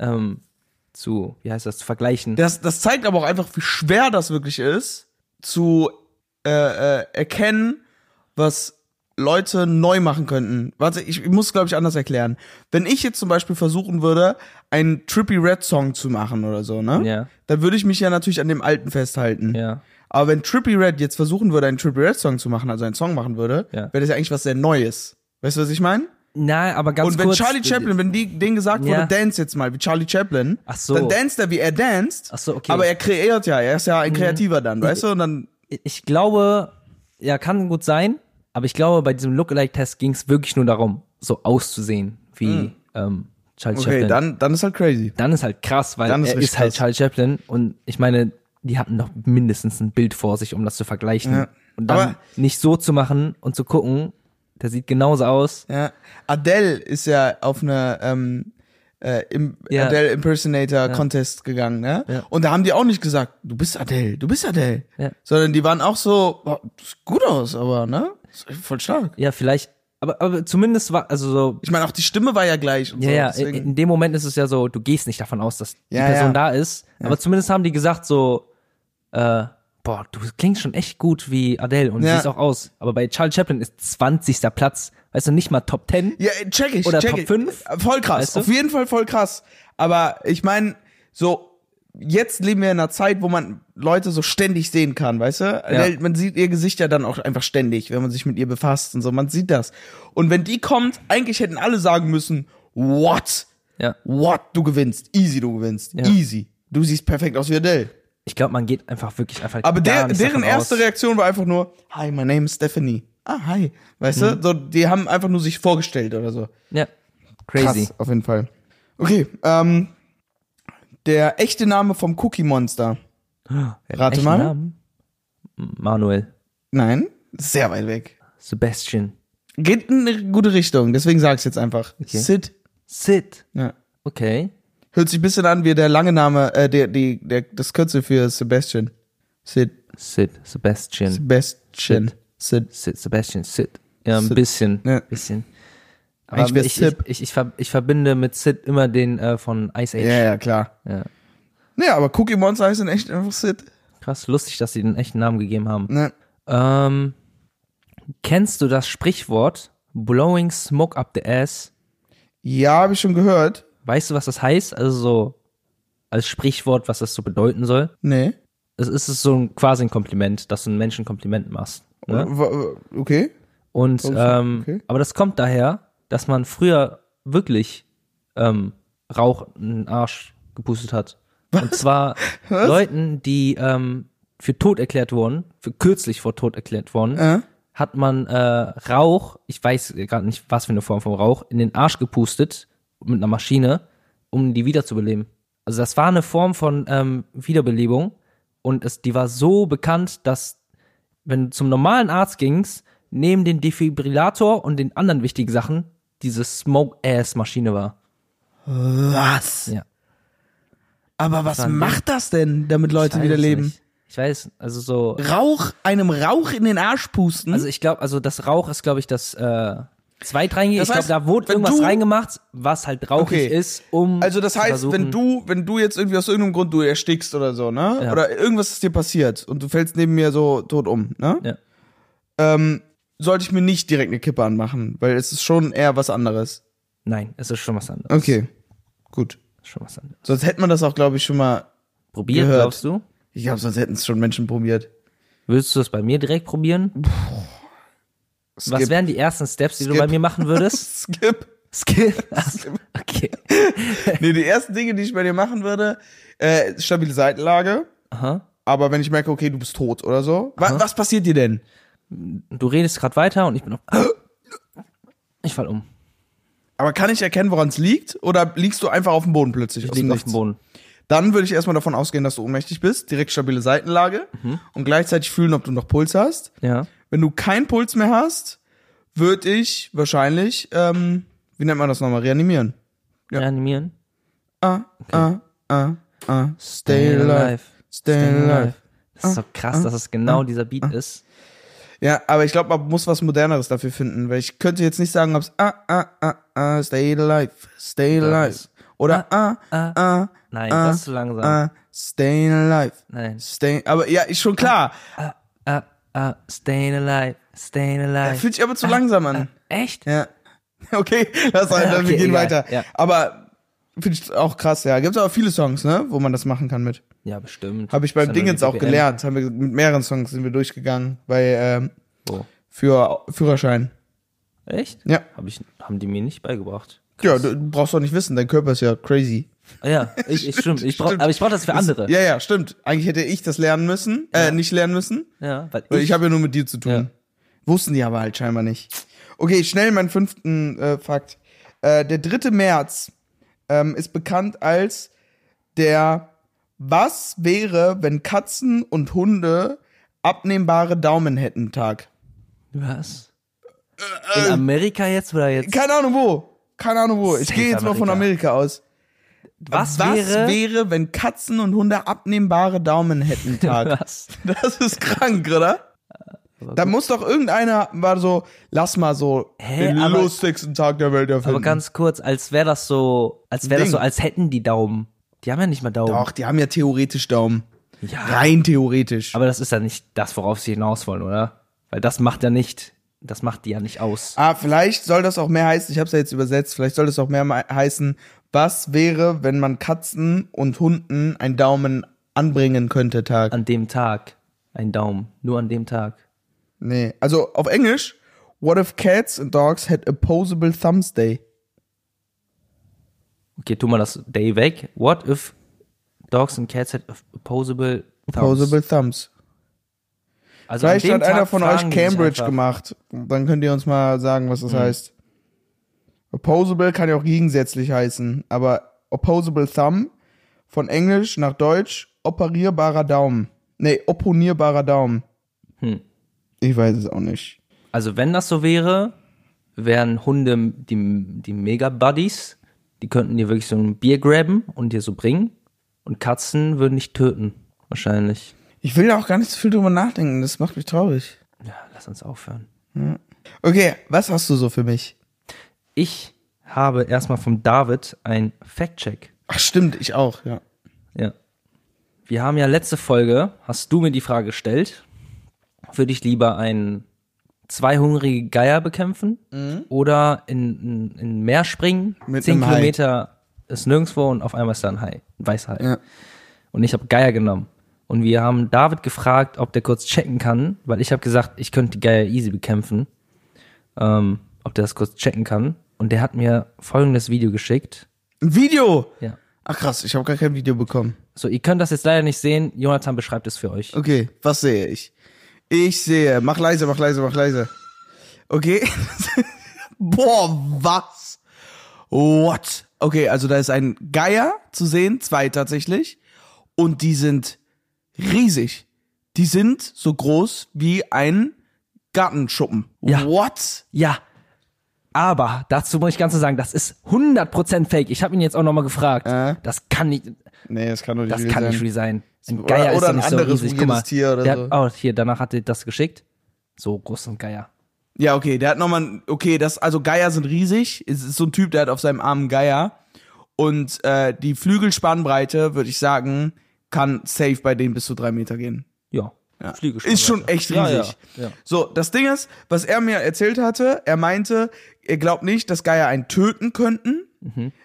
S2: Ähm, zu, wie heißt das, zu vergleichen.
S3: Das, das zeigt aber auch einfach, wie schwer das wirklich ist, zu äh, äh, erkennen, was Leute neu machen könnten. Warte, ich muss, glaube ich, anders erklären. Wenn ich jetzt zum Beispiel versuchen würde, einen Trippy Red Song zu machen oder so, ne?
S2: Ja.
S3: Dann würde ich mich ja natürlich an dem alten festhalten.
S2: Ja.
S3: Aber wenn Trippy Red jetzt versuchen würde, einen Trippy Red Song zu machen, also einen Song machen würde,
S2: Ja.
S3: wäre das ja eigentlich was sehr Neues. Weißt du, was ich meine?
S2: Na, aber ganz
S3: Und wenn
S2: kurz. äh,
S3: Charlie Chaplin, wenn die, denen gesagt
S2: Ja.
S3: wurde, dance jetzt mal, wie Charlie Chaplin,
S2: Ach so.
S3: dann danst er, wie er danst,
S2: Ach so, okay. Mhm.
S3: aber er kreiert ja, er ist ja ein Kreativer dann, weißt du, und dann,
S2: Ich glaube, ja, kann gut sein, aber ich glaube, bei diesem Lookalike-Test ging es wirklich nur darum, so auszusehen wie ähm, Charlie
S3: Mhm. okay,
S2: Chaplin.
S3: dann, dann ist halt crazy.
S2: dann ist halt krass, weil
S3: Dann ist
S2: er
S3: richtig
S2: ist halt
S3: krass.
S2: Charlie Chaplin und ich meine, die hatten doch mindestens ein Bild vor sich, um das zu vergleichen.
S3: Ja.
S2: Und dann
S3: Aber-
S2: nicht so zu machen und zu gucken, der sieht genauso aus.
S3: Ja. Adele ist ja auf eine, ähm, äh, im
S2: Ja.
S3: Adele Impersonator Contest gegangen, ne?
S2: Ja.
S3: Und da haben die auch nicht gesagt, du bist Adele, du bist Adele,
S2: Ja.
S3: sondern die waren auch so, boah, sieht gut aus, aber, ne? Ist Voll stark.
S2: Ja, vielleicht aber, aber zumindest war, also so,
S3: Ich meine, auch die Stimme war ja gleich. Und
S2: ja,
S3: so,
S2: ja, in,
S3: deswegen.
S2: in dem Moment ist es ja so, du gehst nicht davon aus, dass die
S3: Ja,
S2: Person
S3: ja.
S2: da ist. Aber zumindest haben die gesagt so, äh, boah, du klingst schon echt gut wie Adele und
S3: Ja.
S2: siehst auch aus. Aber bei Charles Chaplin ist 20. Platz, weißt du, nicht mal Top 10.
S3: Ja, äh, check ich.
S2: Oder
S3: check
S2: Top
S3: ich. Äh,
S2: fünf?
S3: Voll krass.
S2: Weißt du?
S3: Auf jeden Fall voll krass. Aber ich meine, so, jetzt leben wir in einer Zeit, wo man Leute so ständig sehen kann, weißt du? Weil Man sieht ihr Gesicht ja dann auch einfach ständig, wenn man sich mit ihr befasst und so. Man sieht das. Und wenn die kommt, eigentlich hätten alle sagen müssen, what?
S2: Ja.
S3: What? Du gewinnst. Easy, du gewinnst.
S2: Ja.
S3: Easy. Du siehst perfekt aus wie Adele.
S2: Ich glaube, man geht einfach wirklich einfach.
S3: Aber
S2: gar
S3: der,
S2: nicht
S3: deren
S2: davon
S3: erste
S2: aus.
S3: Reaktion war einfach nur, hi, my name is Stephanie. Ah, hi. Weißt
S2: Mhm.
S3: du? So, die haben einfach nur sich vorgestellt oder so.
S2: Ja. Crazy.
S3: Krass, auf jeden Fall. Okay, ähm, der echte Name vom Cookie Monster. Rate
S2: Echten
S3: mal.
S2: Namen? Manuel.
S3: Nein, sehr weit weg.
S2: Sebastian.
S3: Geht in eine gute Richtung, deswegen sag ich's jetzt einfach. Sid.
S2: Sid.
S3: Ja.
S2: Okay.
S3: Hört sich ein bisschen an wie der lange Name, äh, der, die, der, das Kürzel für Sebastian. Sid.
S2: Sid. Sebastian.
S3: Sebastian. Sid.
S2: Hm. Sid. Sebastian. Sid. Ja, ein
S3: Sid.
S2: bisschen.
S3: Ja.
S2: bisschen. Aber
S3: Eigentlich wär's
S2: ich, ich,
S3: Sid.
S2: ich, ich, ver ich verbinde mit Sid immer den äh, von Ice Age.
S3: Ja, ja, klar.
S2: Ja.
S3: Naja, aber Cookie Monster heißt in echt einfach Sid.
S2: Krass, lustig, dass sie den echten Namen gegeben haben.
S3: Ne?
S2: Ähm, kennst du das Sprichwort Blowing Smoke Up the Ass?
S3: Ja, habe ich schon gehört.
S2: Weißt du, was das heißt? Also so als Sprichwort, was das so bedeuten soll?
S3: Nee.
S2: es ist es so ein, quasi ein Kompliment, dass du einem Menschen ein Kompliment machst. Ne?
S3: W- w- Okay.
S2: Und ähm,
S3: okay.
S2: aber das kommt daher, dass man früher wirklich ähm, Rauch in den Arsch gepustet hat. Und zwar Leuten, die ähm, für tot erklärt wurden, für kürzlich vor tot erklärt wurden,
S3: Äh?
S2: hat man äh, Rauch, ich weiß gerade nicht, was für eine Form von Rauch, in den Arsch gepustet mit einer Maschine, um die wiederzubeleben. Also das war eine Form von ähm, Wiederbelebung und es, die war so bekannt, dass wenn du zum normalen Arzt gingst, neben den Defibrillator und den anderen wichtigen Sachen diese Smoke-Ass-Maschine war.
S3: Was?
S2: Ja.
S3: Aber was
S2: war ein
S3: macht das denn, damit Leute
S2: Ich weiß
S3: wieder
S2: es
S3: leben?
S2: nicht. Ich weiß, also so,
S3: Rauch, einem Rauch in den Arsch pusten.
S2: also ich glaube, also das Rauch ist, glaube ich, das äh, zweitrangige.
S3: Das
S2: ich glaube,
S3: heißt,
S2: da wurde
S3: wenn
S2: irgendwas
S3: du-
S2: reingemacht, was halt rauchig
S3: Okay.
S2: ist, um
S3: Also das
S2: zu
S3: heißt,
S2: versuchen-
S3: wenn du, wenn du jetzt irgendwie aus irgendeinem Grund du erstickst oder so, ne?
S2: Ja.
S3: Oder irgendwas ist dir passiert und du fällst neben mir so tot um, ne?
S2: Ja.
S3: Ähm, sollte ich mir nicht direkt eine Kippe anmachen, weil es ist schon eher was anderes.
S2: Nein, es ist schon was anderes.
S3: Okay, gut.
S2: Ist schon was anderes.
S3: Sonst hätte man das auch, glaube ich, schon mal.
S2: Probiert,
S3: Gehört.
S2: glaubst du?
S3: Ich glaube, sonst hätten es schon Menschen probiert.
S2: Würdest du es bei mir direkt probieren? Was
S3: Skip.
S2: wären die ersten Steps, die du
S3: Skip.
S2: bei mir machen würdest?
S3: Skip.
S2: Skip. Also, Okay.
S3: Nee, die ersten Dinge, die ich bei dir machen würde, äh, stabile Seitenlage.
S2: Aha.
S3: Aber wenn ich merke, okay, du bist tot oder so, wa was passiert dir denn?
S2: Und Du redest gerade weiter und ich bin auf. Ich fall um.
S3: Aber kann ich erkennen, woran es liegt? Oder liegst du einfach auf dem Boden plötzlich? aus
S2: Ich
S3: dem
S2: lieg auf
S3: Nichts?
S2: dem Boden.
S3: Dann würde ich erstmal davon ausgehen, dass du ohnmächtig bist, direkt stabile Seitenlage
S2: Mhm.
S3: und gleichzeitig fühlen, ob du noch Puls hast.
S2: Ja.
S3: Wenn du keinen Puls mehr hast, würde ich wahrscheinlich, ähm, wie nennt man das nochmal, reanimieren. Ja.
S2: Reanimieren.
S3: Ah, ah, ah, ah.
S2: Stay alive.
S3: Stay alive. Ah.
S2: Das ist so krass, dass es genau dieser Beat ist.
S3: Ja, aber ich glaube, man muss was Moderneres dafür finden, weil ich könnte jetzt nicht sagen, ob's ah, ah, ah, ah, stay alive, stay alive. Oder ah, ah, ah,
S2: Nein,
S3: ah,
S2: das ist zu langsam.
S3: ah, stay alive,
S2: Nein.
S3: stay, aber ja, ist schon klar.
S2: Ah, ah, staying alive, staying alive.
S3: Fühlt sich aber zu langsam an.
S2: Echt?
S3: Ja. Okay, lass mal,
S2: ah. Okay,
S3: wir gehen
S2: egal,
S3: weiter.
S2: ja.
S3: Aber finde ich auch krass, ja. Gibt's aber viele Songs, ne, wo man das machen kann mit.
S2: Ja, bestimmt.
S3: Habe ich beim
S2: Ist ja nur
S3: Dingens
S2: die
S3: auch
S2: BPM.
S3: gelernt, haben wir mit mehreren Songs sind wir durchgegangen bei ähm,
S2: So.
S3: für Führerschein.
S2: Oh. Echt?
S3: Ja.
S2: Hab ich, haben die mir nicht beigebracht.
S3: Ja, du du brauchst doch nicht wissen, dein Körper ist ja crazy.
S2: Ah Ja, ich, ich stimmt. Ich brauch, aber ich brauch das für andere.
S3: Ja, ja, stimmt. Eigentlich hätte ich das lernen müssen, äh, nicht lernen müssen,
S2: Ja, weil
S3: weil
S2: ich,
S3: ich habe ja nur mit dir zu tun.
S2: Ja.
S3: Wussten die aber halt scheinbar nicht. Okay, schnell meinen fünften äh, Fakt. Äh, der 3. März ähm, ist bekannt als der Was wäre, wenn Katzen und Hunde abnehmbare Daumen hätten Tag?
S2: Was?
S3: Äh,
S2: In Amerika jetzt oder jetzt?
S3: Keine Ahnung wo. Keine Ahnung wo. Ich
S2: Safe
S3: gehe jetzt mal von Amerika aus.
S2: was, wäre?
S3: wäre, wenn Katzen und Hunde abnehmbare Daumen hätten Tag?
S2: was?
S3: Das ist krank, oder?
S2: oder
S3: Da
S2: so.
S3: muss doch irgendeiner war so, lass mal so
S2: Hä,
S3: den
S2: aber-
S3: lustigsten Tag der Welt erfinden.
S2: Aber ganz kurz, als wäre das so, als wäre das
S3: Ähm, Ding.
S2: so, als hätten die Daumen. Die haben ja nicht mal Daumen.
S3: doch, die haben ja theoretisch Daumen.
S2: Ja.
S3: Rein theoretisch.
S2: Aber das ist ja nicht das, worauf sie hinaus wollen, oder? Weil das macht ja nicht, das macht die ja nicht aus.
S3: Ah, vielleicht soll das auch mehr heißen, ich habe es ja jetzt übersetzt, vielleicht soll das auch mehr mei- heißen, was wäre, wenn man Katzen und Hunden einen Daumen anbringen könnte, Tag.
S2: An dem Tag. Ein Daumen. Nur an dem Tag.
S3: nee, also auf Englisch, what if cats and dogs had opposable thumbs day?
S2: Okay, tu mal das Day weg. What if dogs and cats had opposable thumbs?
S3: Opposable thumbs.
S2: Also
S3: Vielleicht hat einer von euch
S2: fragen die sich
S3: Cambridge
S2: einfach. Hm.
S3: gemacht. Dann könnt ihr uns mal sagen, was das heißt. Opposable kann ja auch gegensätzlich heißen, aber opposable thumb von Englisch nach Deutsch operierbarer Daumen. Nee, opponierbarer Daumen.
S2: Hm.
S3: Ich weiß es auch nicht.
S2: Also wenn das so wäre, wären Hunde die, die Mega-Buddies, die könnten dir wirklich so ein Bier graben und dir so bringen. Und Katzen würden dich töten, wahrscheinlich.
S3: Ich will da auch gar nicht so viel drüber nachdenken, das macht mich traurig.
S2: Ja, lass uns aufhören.
S3: Okay, was hast du so für mich?
S2: Ich habe erstmal vom David ein Fact-Check.
S3: Ach stimmt, ich auch, ja.
S2: Ja. Wir haben ja letzte Folge, hast du mir die Frage gestellt, würde ich lieber einen zwei hungrige Geier bekämpfen oder in, in, in Meer springen,
S3: Mhm. Mit
S2: zehn
S3: einem Hai.
S2: Kilometer ist nirgendwo und auf einmal ist da ein Hai, ein Weißhai.
S3: Ja.
S2: Und ich habe Geier genommen. Und wir haben David gefragt, ob der kurz checken kann, weil ich habe gesagt, ich könnte die Geier easy bekämpfen, ähm, ob der das kurz checken kann. Und der hat mir folgendes Video geschickt.
S3: Ein Video!
S2: Ja.
S3: Ach krass, ich habe gar kein Video bekommen.
S2: So, ihr könnt das jetzt leider nicht sehen. Jonathan beschreibt es für euch.
S3: Okay, was sehe ich? Ich sehe, mach leise, mach leise, mach leise. Okay. Boah, was? What? Okay, also da ist ein Geier zu sehen, zwei tatsächlich. Und die sind riesig. Die sind so groß wie ein Gartenschuppen.
S2: Ja.
S3: What?
S2: Ja. Aber dazu muss ich ganz so sagen, das ist 100% fake. Ich habe ihn jetzt auch nochmal gefragt.
S3: Äh?
S2: Das kann nicht,
S3: Nee, das kann doch nicht
S2: das
S3: real
S2: kann
S3: sein.
S2: nicht real sein. Ein
S3: Oder-
S2: Geier ist
S3: oder
S2: doch
S3: ein
S2: nicht so
S3: anderes
S2: riesig. Guck
S3: weirdes
S2: mal,
S3: Tier oder
S2: der,
S3: so.
S2: Oh, hier, danach hat er das geschickt. So groß ein Geier.
S3: Ja, okay, der hat nochmal, ein- okay, das, also Geier sind riesig. Es ist so ein Typ, der hat auf seinem Arm einen Geier. Und äh, die Flügelspannbreite, würde ich sagen, kann safe bei denen bis zu drei Meter gehen.
S2: Ja.
S3: Ja.
S2: Fliege
S3: Ist schon
S2: weiter.
S3: echt
S2: Ja, ja,
S3: riesig.
S2: ja.
S3: So, das Ding ist, was er mir erzählt hatte, er meinte, er glaubt nicht, dass Geier einen töten könnten,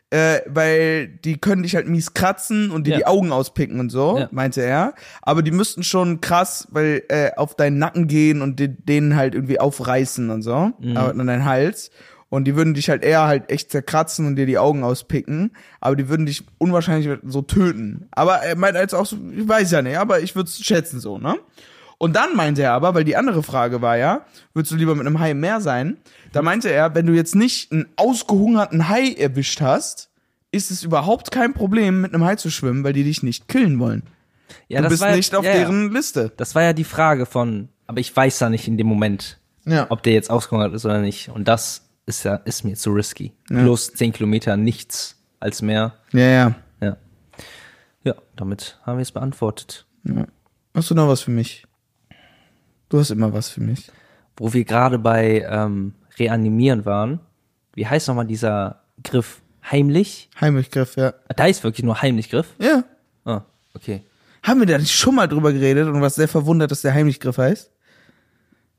S3: äh, weil die können dich halt mies kratzen und dir
S2: Ja.
S3: die Augen auspicken und so,
S2: Ja.
S3: meinte er. Aber die müssten schon krass, weil äh, auf deinen Nacken gehen und den, den halt irgendwie aufreißen und so,
S2: Mhm.
S3: aber an deinen Hals. Und die würden dich halt eher halt echt zerkratzen und dir die Augen auspicken, aber die würden dich unwahrscheinlich so töten. Aber er meint jetzt auch so, ich weiß ja nicht, aber ich würde es schätzen so, ne? Und dann meinte er aber, weil die andere Frage war ja, würdest du lieber mit einem Hai im Meer sein? Da meinte er, wenn du jetzt nicht einen ausgehungerten Hai erwischt hast, ist es überhaupt kein Problem, mit einem Hai zu schwimmen, weil die dich nicht killen wollen.
S2: Ja,
S3: Du
S2: das
S3: bist
S2: war ja-
S3: nicht auf
S2: ja, Ja.
S3: deren Liste.
S2: Das war ja die Frage von, aber ich weiß ja nicht in dem Moment,
S3: Ja.
S2: ob der jetzt ausgehungert ist oder nicht. Und das ist ja, ist mir zu risky. Plus 10 Kilometer nichts als mehr.
S3: Ja, ja.
S2: Ja. Ja, damit haben wir es beantwortet.
S3: Hast du noch was für mich? Du hast immer was für mich.
S2: Wo wir gerade bei ähm, Reanimieren waren, wie heißt nochmal dieser Griff? Heimlich?
S3: Heimlichgriff, ja.
S2: Ah, Da ist wirklich nur Heimlichgriff.
S3: Ja.
S2: Ah, okay.
S3: Haben wir da nicht schon mal drüber geredet und was sehr verwundert, dass der Heimlichgriff heißt?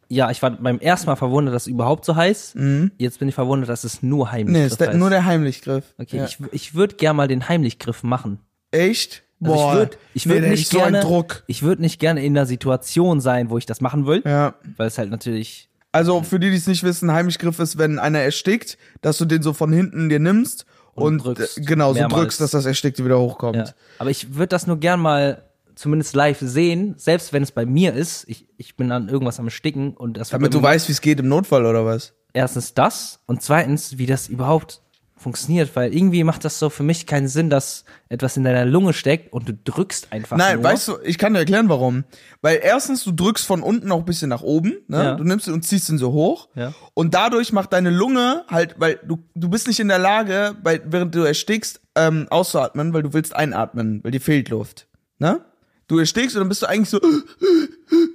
S2: Ja, ich war beim ersten Mal verwundert, dass es überhaupt so heißt. Jetzt bin ich verwundert, dass es nur Heimlichgriff
S3: Mhm. Nee, ist der,
S2: heißt.
S3: nur der Heimlichgriff.
S2: okay,
S3: Ja.
S2: ich, ich würde gerne mal den Heimlichgriff machen.
S3: Echt?
S2: Also ich würde ich würd
S3: nee, da hätte
S2: nicht
S3: ich so
S2: gerne,
S3: einen Druck.
S2: ich würde nicht gerne in einer Situation sein, wo ich das machen will,
S3: Ja.
S2: weil es halt natürlich
S3: Also für die, die es nicht wissen, Heimlichgriff ist, wenn einer erstickt, dass du den so von hinten dir nimmst und,
S2: drückst.
S3: äh, genau so
S2: Mehrmals.
S3: drückst, dass das Erstickte wieder hochkommt.
S2: Ja. Aber ich würde das nur gern mal zumindest live sehen, selbst wenn es bei mir ist. Ich, ich bin an irgendwas am Sticken und das wird
S3: Damit
S2: bei
S3: du
S2: mir
S3: weißt, wie es geht im Notfall oder was?
S2: erstens das und zweitens, wie das überhaupt funktioniert, weil irgendwie macht das so für mich keinen Sinn, dass etwas in deiner Lunge steckt und du drückst einfach
S3: Nein,
S2: nur.
S3: weißt du, ich kann dir erklären, warum. Weil erstens, du drückst von unten noch ein bisschen nach oben, ne?
S2: Ja.
S3: Du nimmst ihn und ziehst ihn so hoch.
S2: Ja.
S3: Und dadurch macht deine Lunge halt, weil du, du bist nicht in der Lage, bei, während du erstickst, ähm, auszuatmen, weil du willst einatmen, weil dir fehlt Luft. Ne? Du erstickst und dann bist du eigentlich so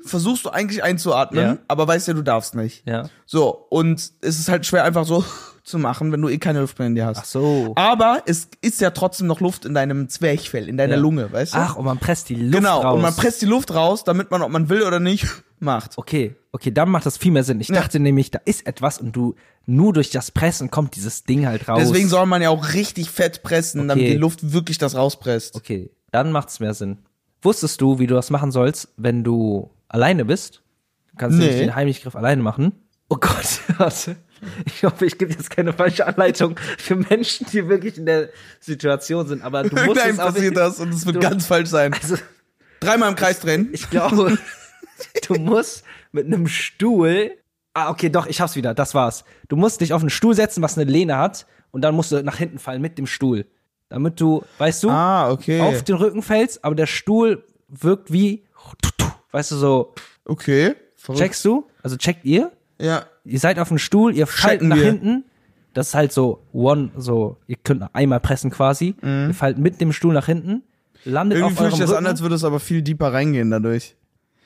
S3: versuchst du eigentlich einzuatmen,
S2: Ja.
S3: aber weißt ja, du darfst nicht.
S2: Ja.
S3: So, und es ist halt schwer einfach so zu machen, wenn du eh keine Luft mehr in dir hast. Ach
S2: so.
S3: Aber es ist ja trotzdem noch Luft in deinem Zwerchfell, in deiner
S2: Ja.
S3: Lunge, weißt du?
S2: Ach, und man presst die Luft
S3: genau.
S2: raus.
S3: Und man presst die Luft raus, damit man, ob man will oder nicht, macht.
S2: Okay, okay, dann macht das viel mehr Sinn. Ich dachte nämlich, da ist etwas und du nur durch das Pressen kommt dieses Ding halt raus.
S3: Deswegen soll man ja auch richtig fett pressen, damit
S2: Okay.
S3: die Luft wirklich das rauspresst.
S2: Okay, dann macht's mehr Sinn. Wusstest du, wie du das machen sollst, wenn du alleine bist? Du kannst
S3: Nee.
S2: nämlich den Heimlichgriff alleine machen. Oh Gott, warte. Ich hoffe, ich gebe jetzt keine falsche Anleitung für Menschen, die wirklich in der Situation sind. Aber du musst
S3: Irgendeinem
S2: es auch
S3: passiert das und es wird
S2: du-
S3: ganz falsch sein.
S2: Also,
S3: Dreimal im Kreis drehen.
S2: ich glaube, du musst mit einem Stuhl. Ah, okay, doch, ich hab's wieder. Das war's. Du musst dich auf einen Stuhl setzen, was eine Lehne hat, und dann musst du nach hinten fallen mit dem Stuhl. Damit du, weißt du,
S3: Ah, okay.
S2: auf den Rücken fällst, aber der Stuhl wirkt wie, weißt du, so,
S3: okay. Verrückt.
S2: checkst du? Also checkt ihr?
S3: Ja.
S2: Ihr seid auf dem Stuhl, ihr fallt
S3: Checken
S2: nach
S3: wir.
S2: hinten. Das ist halt so one, so, ihr könnt einmal pressen quasi. Ihr fallt mit dem Stuhl nach hinten, landet
S3: Mhm. Irgendwie
S2: auf
S3: fühlt
S2: eurem
S3: sich das
S2: Rücken.
S3: an, als würde es aber viel deeper reingehen dadurch.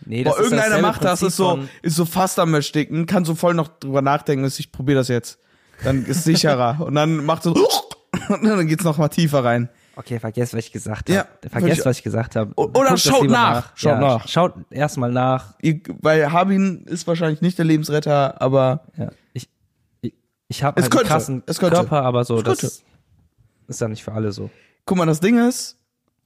S2: nee,
S3: Boah,
S2: ist
S3: irgendeiner
S2: dasselbe
S3: macht das, ist
S2: Prinzip
S3: so,
S2: von-
S3: ist so fast am Ersticken, kann so voll noch drüber nachdenken, ist, ich probiere das jetzt. Dann ist sicherer. und dann macht so, und dann geht's noch mal tiefer rein.
S2: Okay, vergesst, was ich gesagt
S3: Ja,
S2: habe. vergesst,
S3: völlig-
S2: was ich gesagt habe.
S3: O- oder
S2: Guckt das
S3: schaut
S2: lieber
S3: nach. Schaut
S2: ja,
S3: nach.
S2: Schaut erstmal nach.
S3: Ihr- Weil Harbin ist wahrscheinlich nicht der Lebensretter, aber
S2: Ja, ich ich, ich habe
S3: Es
S2: halt einen
S3: könnte,
S2: krassen
S3: es könnte.
S2: Körper, aber so, das
S3: könnte.
S2: ist ja nicht für alle so.
S3: guck mal, das Ding ist,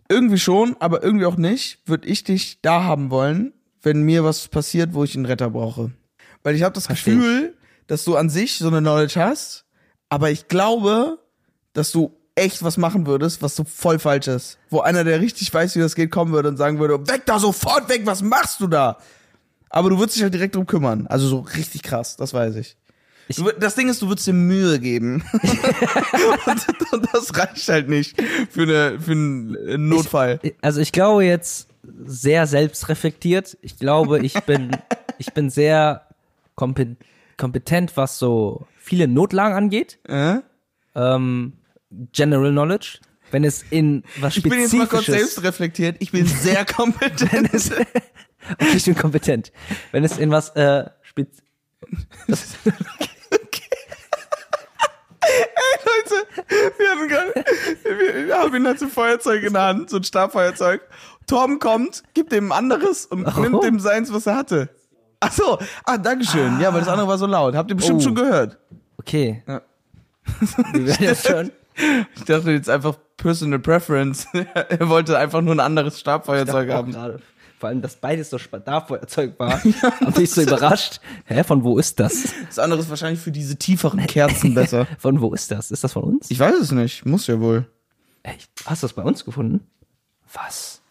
S3: irgendwie schon, aber irgendwie auch nicht, würde ich dich da haben wollen, wenn mir was passiert, wo ich einen Retter brauche. Weil ich habe das
S2: Versteh
S3: Gefühl, dass du an sich so eine Knowledge hast, aber ich glaube, dass du echt was machen würdest, was so voll falsch ist. Wo einer, der richtig weiß, wie das geht, kommen würde und sagen würde, weg da, sofort weg, was machst du da? Aber du würdest dich halt direkt drum kümmern. Also so richtig krass, das weiß ich. Du wür- das Ding ist, du würdest dir Mühe geben. und, und das reicht halt nicht für, eine, für einen äh, Notfall.
S2: Also ich glaube jetzt sehr selbstreflektiert. Ich glaube, ich bin ich bin sehr kompe- kompetent, was so viele Notlagen angeht.
S3: Äh?
S2: Ähm, General Knowledge. Wenn es in was
S3: Ich bin
S2: Spezifisches
S3: jetzt mal kurz selbst reflektiert. Ich bin sehr kompetent.
S2: Okay, ich bin kompetent. Wenn es in was äh, spez das,
S3: Leute, wir hatten gerade, wir haben ihn halt ein Feuerzeug in der Hand, so ein Stabfeuerzeug. Tom kommt, gibt dem ein anderes und nimmt dem seins, was er hatte. Ach so, ah, Dankeschön. Ja, weil das andere war so laut. Habt ihr bestimmt
S2: Oh.
S3: schon gehört.
S2: Okay.
S3: Ja.
S2: Wir werden das schon.
S3: Ich dachte jetzt einfach Personal Preference. er wollte einfach nur ein anderes Stabfeuerzeug
S2: Auch
S3: haben.
S2: gerade. Vor allem, dass beides so Spartarfeuerzeug war. Hab ich so überrascht. Hä, von wo ist das?
S3: Das andere ist wahrscheinlich für diese tieferen Kerzen besser.
S2: Von wo ist das? Ist das von uns?
S3: Ich weiß es nicht, muss ja wohl.
S2: Echt? Hast du das bei uns gefunden? Was?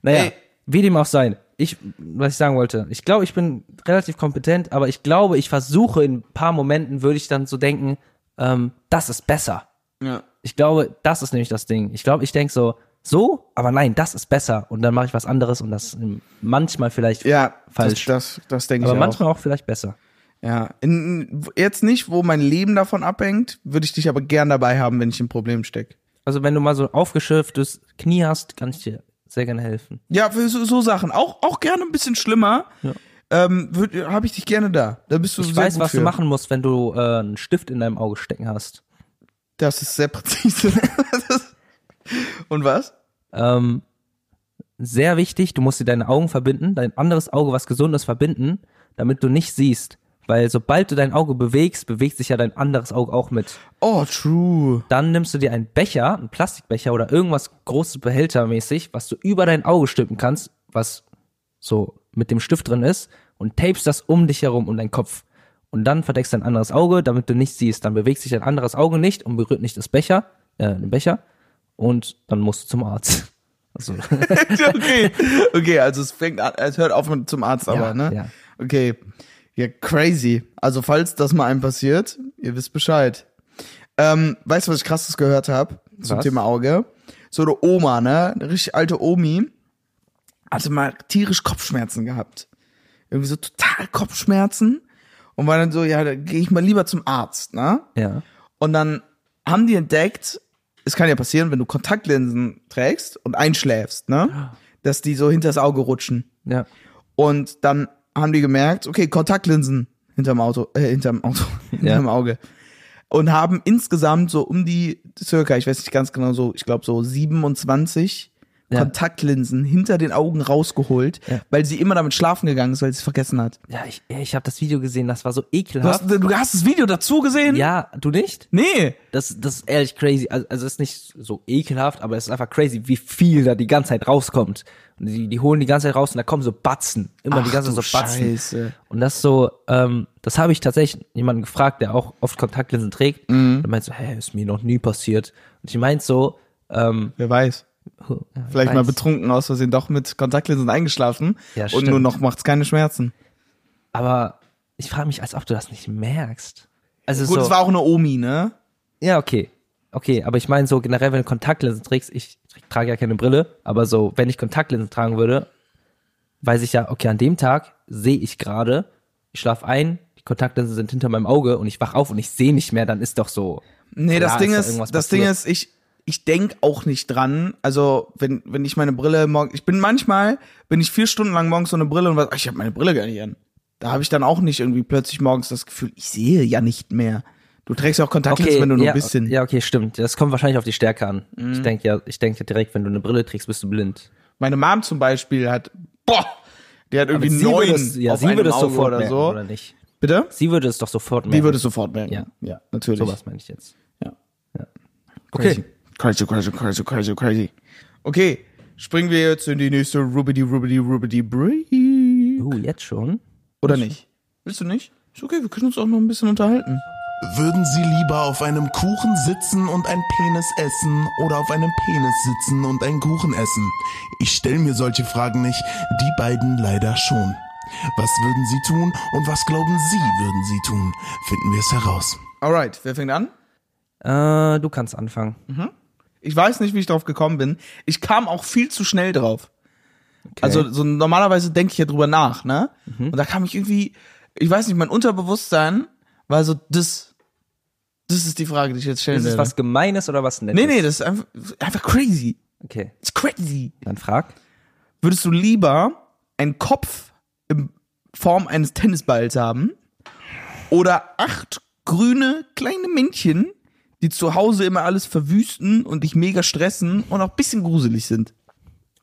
S2: Naja,
S3: Ey.
S2: wie dem auch sein. Ich, was ich sagen wollte, ich glaube, ich bin relativ kompetent, aber ich glaube, ich versuche in ein paar Momenten, würde ich dann so denken, ähm, das ist besser.
S3: Ja.
S2: Ich glaube, das ist nämlich das Ding. Ich glaube, ich denke so, so, aber nein, das ist besser. Und dann mache ich was anderes und das ist manchmal vielleicht
S3: Ja,
S2: falsch.
S3: Das, das, das denke ich
S2: aber
S3: auch.
S2: manchmal auch vielleicht besser.
S3: Ja. In, jetzt nicht, wo mein Leben davon abhängt, würde ich dich aber gern dabei haben, wenn ich im Problem stecke.
S2: Also wenn du mal so ein aufgeschürftes Knie hast, kann ich dir sehr gerne helfen.
S3: Ja, für so, so Sachen. Auch, auch gerne ein bisschen schlimmer.
S2: Ja.
S3: Ähm, Habe ich dich gerne da. Da bist du
S2: Ich
S3: sehr
S2: weiß,
S3: gut
S2: was
S3: für.
S2: du machen musst, wenn du äh, einen Stift in deinem Auge stecken hast.
S3: Das ist sehr präzise. Das- Und was?
S2: Ähm, sehr wichtig, du musst dir deine Augen verbinden, dein anderes Auge, was gesundes, verbinden, damit du nicht siehst. Weil sobald du dein Auge bewegst, bewegt sich ja dein anderes Auge auch mit.
S3: Oh, true.
S2: Dann nimmst du dir einen Becher, einen Plastikbecher oder irgendwas großes Behältermäßig, was du über dein Auge stülpen kannst, was so mit dem Stift drin ist, und tapest das um dich herum, um deinen Kopf. Und dann verdeckst du dein anderes Auge, damit du nicht siehst. Dann bewegt sich dein anderes Auge nicht und berührt nicht das Becher, äh, den Becher. Und dann musst du zum Arzt. Also,
S3: okay. okay, also es fängt an, es hört auf mit zum Arzt, aber, ne?
S2: ja.
S3: Okay. Ja, crazy. Also, falls das mal einem passiert, ihr wisst Bescheid. Ähm, weißt du, was ich krasses gehört habe zum
S2: Was?
S3: Thema Auge? So eine Oma, ne? Eine richtig alte Omi hatte mal tierisch Kopfschmerzen gehabt. Irgendwie so total Kopfschmerzen. Und war dann so, ja, da gehe ich mal lieber zum Arzt, ne?
S2: ja.
S3: Und dann haben die entdeckt, es kann ja passieren, wenn du
S2: Ah.
S3: Kontaktlinsen trägst und einschläfst, ne? Dass die so hinters Auge rutschen.
S2: Ja.
S3: Und dann haben die gemerkt, okay, Kontaktlinsen hinterm Auto, äh, hinterm Auto, hinterm Auge. Und haben insgesamt so um die circa, ich weiß nicht ganz genau, so, ich glaube so 27
S2: Ja.
S3: Kontaktlinsen hinter den Augen rausgeholt,
S2: Ja.
S3: weil sie immer damit schlafen gegangen ist, weil sie es vergessen hat.
S2: Ja, ich, ich habe das Video gesehen, das war so
S3: Du
S2: ekelhaft.
S3: hast, du hast das Video dazu gesehen?
S2: ja, du nicht?
S3: Nee.
S2: Das, das ist ehrlich crazy. Also, also es ist nicht so ekelhaft, aber es ist einfach crazy, wie viel da die ganze Zeit rauskommt. Und die, die holen die ganze Zeit raus und da kommen so Batzen. Immer die
S3: Ach
S2: ganze
S3: du
S2: Zeit so Batzen.
S3: Scheiße.
S2: Und das so, ähm, das habe ich tatsächlich jemanden gefragt, der auch oft Kontaktlinsen trägt.
S3: Mhm.
S2: Und er meint so, hä, ist mir noch nie passiert. Und ich meint so, ähm,
S3: Wer weiß.
S2: ja,
S3: Vielleicht
S2: ich
S3: mal
S2: weiß.
S3: betrunken aus Versehen doch mit Kontaktlinsen eingeschlafen.
S2: Ja,
S3: und
S2: stimmt.
S3: nur noch macht's keine Schmerzen.
S2: Aber ich frage mich, als ob du das nicht merkst. Also
S3: Gut,
S2: so,
S3: es war auch eine Omi, ne?
S2: Ja, okay. Okay, aber ich meine so generell, wenn du Kontaktlinsen trägst, ich trage ja keine Brille, aber so, wenn ich Kontaktlinsen tragen würde, weiß ich ja, okay, an dem Tag sehe ich gerade, ich schlafe ein, die Kontaktlinsen sind hinter meinem Auge und ich wach auf und ich sehe nicht mehr, dann ist doch so.
S3: Nee, das
S2: Klar
S3: Ding
S2: ist da
S3: ist,
S2: irgendwas
S3: das
S2: passiert.
S3: Ding ist, ich, ich denk auch nicht dran. Also, wenn, wenn ich meine Brille morgen, ich bin manchmal, bin ich vier Stunden lang morgens so eine Brille und was, ach, ich habe meine Brille gar nicht an. Da habe ich dann auch nicht irgendwie plötzlich morgens das Gefühl, ich sehe ja nicht mehr. Du trägst ja auch Kontaktlinsen, wenn du nur
S2: ja,
S3: ein bisschen. Mhm.
S2: Ja, okay, stimmt. Das kommt wahrscheinlich auf die Stärke an. Ich denke ja, ich denke direkt, wenn du eine Brille trägst, bist du blind.
S3: Meine Mom zum Beispiel hat, boah, die hat irgendwie
S2: sie
S3: neun
S2: würde es, ja,
S3: auf
S2: sie
S3: einem
S2: würde es
S3: Auge
S2: sofort
S3: oder
S2: merken,
S3: so.
S2: oder nicht?
S3: Bitte?
S2: Sie würde es doch sofort merken.
S3: Die würde es sofort merken.
S2: Ja.
S3: ja natürlich.
S2: Sowas meine ich jetzt.
S3: Okay. Crazy, crazy, crazy, crazy, crazy. Okay, springen wir jetzt in die nächste Rubbidi, Rubbidi, Rubbidi, Brie.
S2: Uh, jetzt schon?
S3: Oder nicht? Willst du nicht? Ist okay, wir können uns auch noch ein bisschen unterhalten.
S5: Würden Sie lieber auf einem Kuchen sitzen und ein Penis essen oder auf einem Penis sitzen und einen Kuchen essen? Ich stelle mir solche Fragen nicht, die beiden leider schon. Was würden Sie tun und was glauben Sie würden Sie tun? Finden wir es heraus.
S3: Alright, wer fängt an?
S2: Äh, du kannst anfangen.
S3: Ich weiß nicht, wie ich drauf gekommen bin. Ich kam auch viel zu schnell drauf. Also so normalerweise denke ich ja drüber nach, ne? Und da kam ich irgendwie, ich weiß nicht, mein Unterbewusstsein war so, das, das ist die Frage, die ich jetzt stellen
S2: Ist es
S3: werde.
S2: was Gemeines oder was Nettes?
S3: nee, nee, das ist einfach, einfach crazy.
S2: Okay,
S3: It's crazy.
S2: dann frag.
S3: würdest du lieber einen Kopf in Form eines Tennisballs haben oder acht grüne kleine Männchen, die zu Hause immer alles verwüsten und dich mega stressen und auch ein bisschen gruselig sind?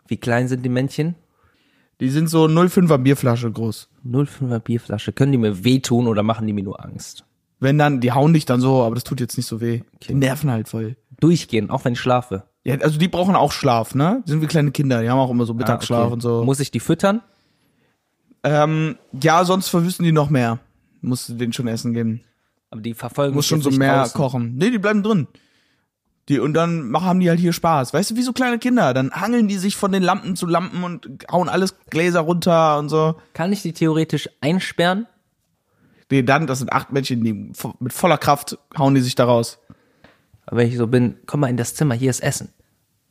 S2: Wie klein sind die Männchen?
S3: Die sind so 05er Bierflasche groß.
S2: 0,5er Bierflasche. Können die mir wehtun oder machen die mir nur Angst?
S3: Wenn dann, die hauen dich dann so, aber das tut jetzt nicht so weh. Die nerven halt voll.
S2: Durchgehen, auch wenn ich schlafe.
S3: Ja, also die brauchen auch Schlaf, ne? Die sind wie kleine Kinder, die haben auch immer so
S2: Ah,
S3: Mittagsschlaf
S2: okay.
S3: und so.
S2: Muss ich die füttern?
S3: ähm, ja, sonst verwüsten die noch mehr. Musst du denen schon Essen geben.
S2: Aber die verfolgen
S3: Muss
S2: mich
S3: schon
S2: jetzt
S3: so
S2: nicht
S3: mehr
S2: draußen.
S3: kochen. Nee, die bleiben drin. Die, und dann machen, haben die halt hier Spaß. Weißt du, wie so kleine Kinder. Dann hangeln die sich von den Lampen zu Lampen und hauen alles Gläser runter und so.
S2: Kann ich die theoretisch einsperren?
S3: Nee, dann, das sind acht Männchen, die vo- mit voller Kraft hauen die sich da raus.
S2: Aber wenn ich so bin, komm mal in das Zimmer, hier ist Essen.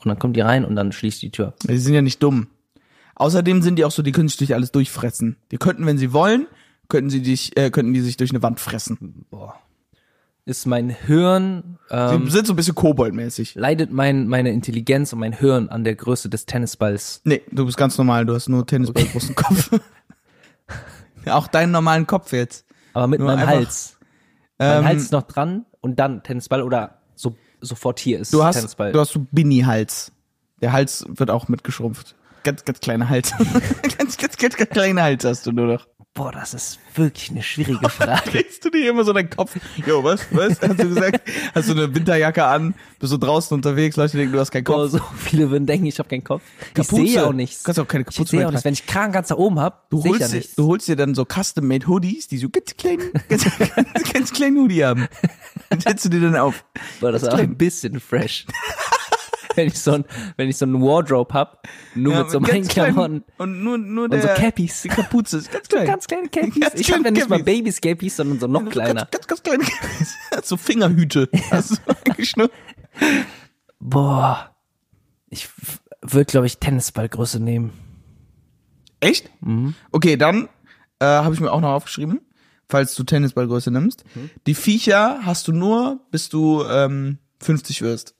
S2: Und dann kommt die rein und dann schließt die Tür.
S3: Die sind ja nicht dumm. Außerdem sind die auch so, die können sich durch alles durchfressen. Die könnten, wenn sie wollen, könnten sie dich, äh, könnten die sich durch eine Wand fressen.
S2: Ist mein Hirn,
S3: Die
S2: ähm,
S3: sind so ein bisschen koboldmäßig.
S2: leidet mein, meine Intelligenz und mein Hirn an der Größe des Tennisballs?
S3: Nee, du bist ganz normal, du hast nur Tennisballgroßen Kopf. ja, auch deinen normalen Kopf jetzt.
S2: Aber mit
S3: Nur
S2: meinem
S3: einfach- ähm,
S2: Hals. Mein Hals noch dran und dann Tennisball oder so, sofort hier ist
S3: Du hast,
S2: Tennisball.
S3: du hast so Bini-Hals. Der Hals wird auch mitgeschrumpft. Ganz, ganz kleiner Hals. ganz, ganz, ganz, ganz kleiner Hals hast du nur noch.
S2: Boah, das ist wirklich eine schwierige Frage.
S3: Drehst du dir immer so deinen Kopf? Jo, was, was? Hast du gesagt, hast du eine Winterjacke an, bist so draußen unterwegs, Leute denken, du hast keinen
S2: Boah,
S3: Kopf.
S2: so viele würden denken, ich habe keinen Kopf.
S3: Kapuze.
S2: Ich sehe auch nichts.
S3: Du kannst auch keine Kapuze
S2: ich sehe
S3: mehr
S2: auch nichts.
S3: tragen.
S2: Wenn ich Kragen ganz da oben hab,
S3: Du
S2: sehe ich ja
S3: holst, dir,
S2: nichts.
S3: du holst dir dann so custom-made Hoodies, die so ganz kleinen, ganz, ganz, ganz kleinen Hoodie haben. Den setzt du dir dann auf.
S2: Boah, das ist aber ein bisschen fresh. wenn ich so ein, wenn ich so einen Wardrobe hab, nur mit so
S3: mit
S2: meinen
S3: ganz kleinen-
S2: Klamotten.
S3: Und nur, nur
S2: Und so
S3: der,
S2: Cappies.
S3: die Kapuze ist ganz klein.
S2: Ganz kleine Cappies.
S3: Ganz
S2: Ich habe ja
S3: kleine
S2: nicht mal
S3: Cappies.
S2: Babys-Cappies, sondern so noch kleiner.
S3: Ganz, ganz, ganz kleine Cappies. so Fingerhüte. Hast du eigentlich nur.
S2: Boah. Ich würde, glaube ich, Tennisballgröße nehmen.
S3: Echt?
S2: Mhm.
S3: Okay, dann äh, habe ich mir auch noch aufgeschrieben, falls du Tennisballgröße nimmst.
S2: Mhm.
S3: Die Viecher hast du nur, bis du ähm, 50 wirst.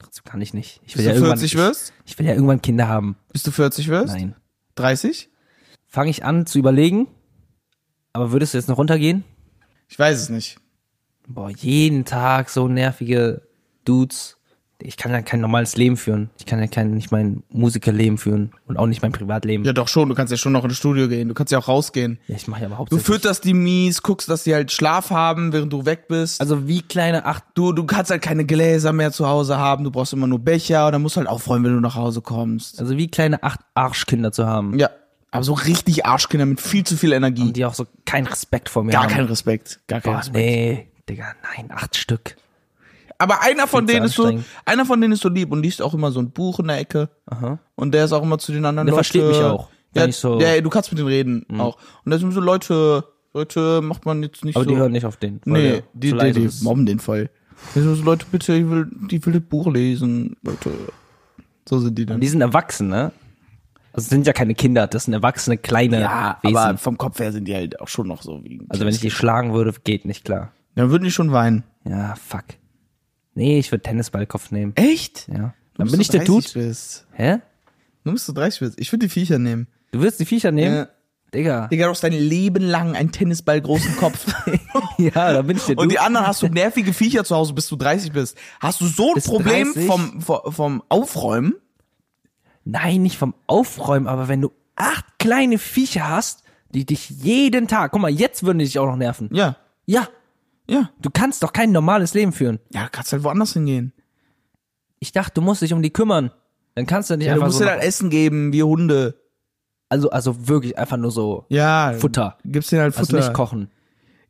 S2: Trotzdem kann ich nicht. Ich will
S3: Bis
S2: ja
S3: du
S2: irgendwann,
S3: 40
S2: ich,
S3: wirst?
S2: ich will ja irgendwann Kinder haben.
S3: Bis du 40 wirst?
S2: Nein.
S3: 30?
S2: fange ich an zu überlegen, aber würdest du jetzt noch runtergehen?
S3: Ich weiß es nicht.
S2: Boah, jeden Tag so nervige Dudes. Ich kann ja kein normales Leben führen. Ich kann ja kein, nicht mein Musikerleben führen und auch nicht mein Privatleben.
S3: Ja, doch schon. Du kannst ja schon noch ins Studio gehen. Du kannst ja auch rausgehen.
S2: Ja, ich mache ja überhaupt
S3: Du fütterst die mies, guckst, dass die halt Schlaf haben, während du weg bist.
S2: Also wie kleine acht.
S3: du, du kannst halt keine Gläser mehr zu Hause haben. Du brauchst immer nur Becher. Und dann musst du halt aufräumen, wenn du nach Hause kommst.
S2: Also wie kleine acht Arschkinder zu haben,
S3: Ja. Aber so richtig Arschkinder mit viel zu viel Energie.
S2: die auch so keinen Respekt vor mir
S3: Gar
S2: haben.
S3: keinen Respekt. Gar keinen
S2: Boah,
S3: Respekt.
S2: nee, Digga, nein, acht Stück.
S3: Aber einer von
S2: Viel zu
S3: denen ist so,
S2: anstrengend.
S3: einer von denen ist so lieb und liest auch immer so ein Buch in der Ecke.
S2: Aha.
S3: Und der ist auch immer zu den anderen
S2: Der
S3: Leute-
S2: versteht mich auch, wenn
S3: Ja,
S2: ich so- Mhm.
S3: ja, du kannst mit denen reden auch. Und da sind so Leute, Leute macht man jetzt nicht
S2: Aber
S3: so.
S2: die hören nicht auf den. weil
S3: Nee,
S2: der
S3: die,
S2: zu
S3: die,
S2: leise
S3: die
S2: ist.
S3: mobben den voll. Da sind so Leute, bitte, ich will, die will das Buch lesen, Leute. So sind die dann.
S2: Die sind erwachsen, ne? Also sind ja keine Kinder, das sind erwachsene kleine
S3: ja,
S2: Wesen.
S3: aber vom Kopf her sind die halt auch schon noch so wie.
S2: also wenn ich die schlagen würde, geht nicht klar.
S3: Dann würden die schon weinen.
S2: Ja, fuck. Nee, ich würde Tennisballkopf nehmen.
S3: Echt?
S2: Ja. Dann bin ich der Dude.
S3: Bist.
S2: Hä?
S3: Du bist so 30 bist. Ich würde die Viecher nehmen.
S2: Du willst die Viecher nehmen?
S3: Ja.
S2: Digga.
S3: Digga, du hast dein Leben lang einen Tennisball großen Kopf.
S2: Ja, da bin ich der Dude.
S3: Und die anderen hast du nervige Viecher zu Hause, bis du 30 bist. Hast du so ein
S2: Bis
S3: Problem
S2: 30?
S3: vom, vom, vom Aufräumen?
S2: Nein, nicht vom Aufräumen, aber wenn du acht kleine Viecher hast, die dich jeden Tag, guck mal, jetzt würden die dich auch noch nerven.
S3: Ja.
S2: Ja,
S3: Ja.
S2: du kannst doch kein normales Leben führen.
S3: Ja, kannst halt woanders hingehen.
S2: Ich dachte, du musst dich um die kümmern. Dann kannst du nicht
S3: Ja, du
S2: einfach
S3: musst
S2: so.
S3: dir dann Essen geben, wie Hunde.
S2: Also, also wirklich einfach nur so.
S3: Ja.
S2: Futter.
S3: Gibst denen halt
S2: Also
S3: Futter.
S2: nicht kochen.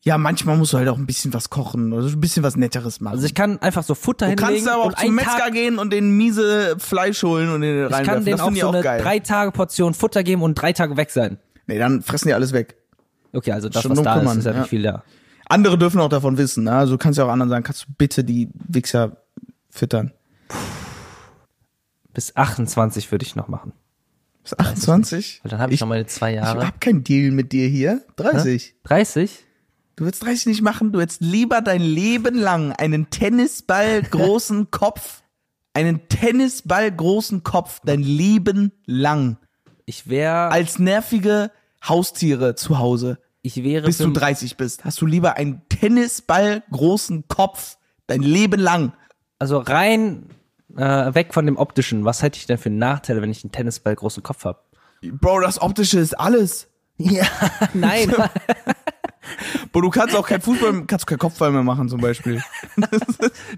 S3: ja, manchmal musst du halt auch ein bisschen was kochen oder so ein bisschen was Netteres machen.
S2: Also ich kann einfach so Futter
S3: du
S2: hinlegen
S3: kannst aber auch
S2: und einen
S3: zum Metzger
S2: Tag,
S3: gehen und den miese Fleisch holen und den
S2: ich kann
S3: reinwerfen.
S2: denen
S3: Das
S2: auch
S3: finden die
S2: so
S3: auch
S2: eine
S3: geil.
S2: drei Tage Portion Futter geben und drei Tage weg sein.
S3: nee, dann fressen die alles weg.
S2: Okay, also das,
S3: Schon
S2: was
S3: nur
S2: da
S3: kümmern,
S2: ist, ist ja,
S3: ja.
S2: nicht viel da.
S3: Andere dürfen auch davon wissen. Ne? Also du kannst ja auch anderen sagen, kannst du bitte die Wichser füttern.
S2: Bis 28 würde ich noch machen.
S3: Bis 28?
S2: Weil dann habe ich, noch meine zwei
S3: Ich
S2: Jahre.
S3: hab keinen Deal mit dir hier. 30.
S2: 30?
S3: Du willst 30 nicht machen, du hättest lieber dein Leben lang einen Tennisball großen Kopf, einen Tennisball großen Kopf, dein Leben lang,
S2: Ich wäre,
S3: als nervige Haustiere zu Hause,
S2: ich wäre,
S3: bis du
S2: für-
S3: 30 bist. Hast du lieber einen Tennisball großen Kopf, dein Leben lang?
S2: also rein äh, weg von dem Optischen. Was hätte ich denn für Nachteile, wenn ich einen Tennisball großen Kopf habe?
S3: Bro, das Optische ist alles.
S2: Ja, nein.
S3: Bro, du kannst auch kein Fußball, kannst du kein Kopfball mehr machen zum Beispiel.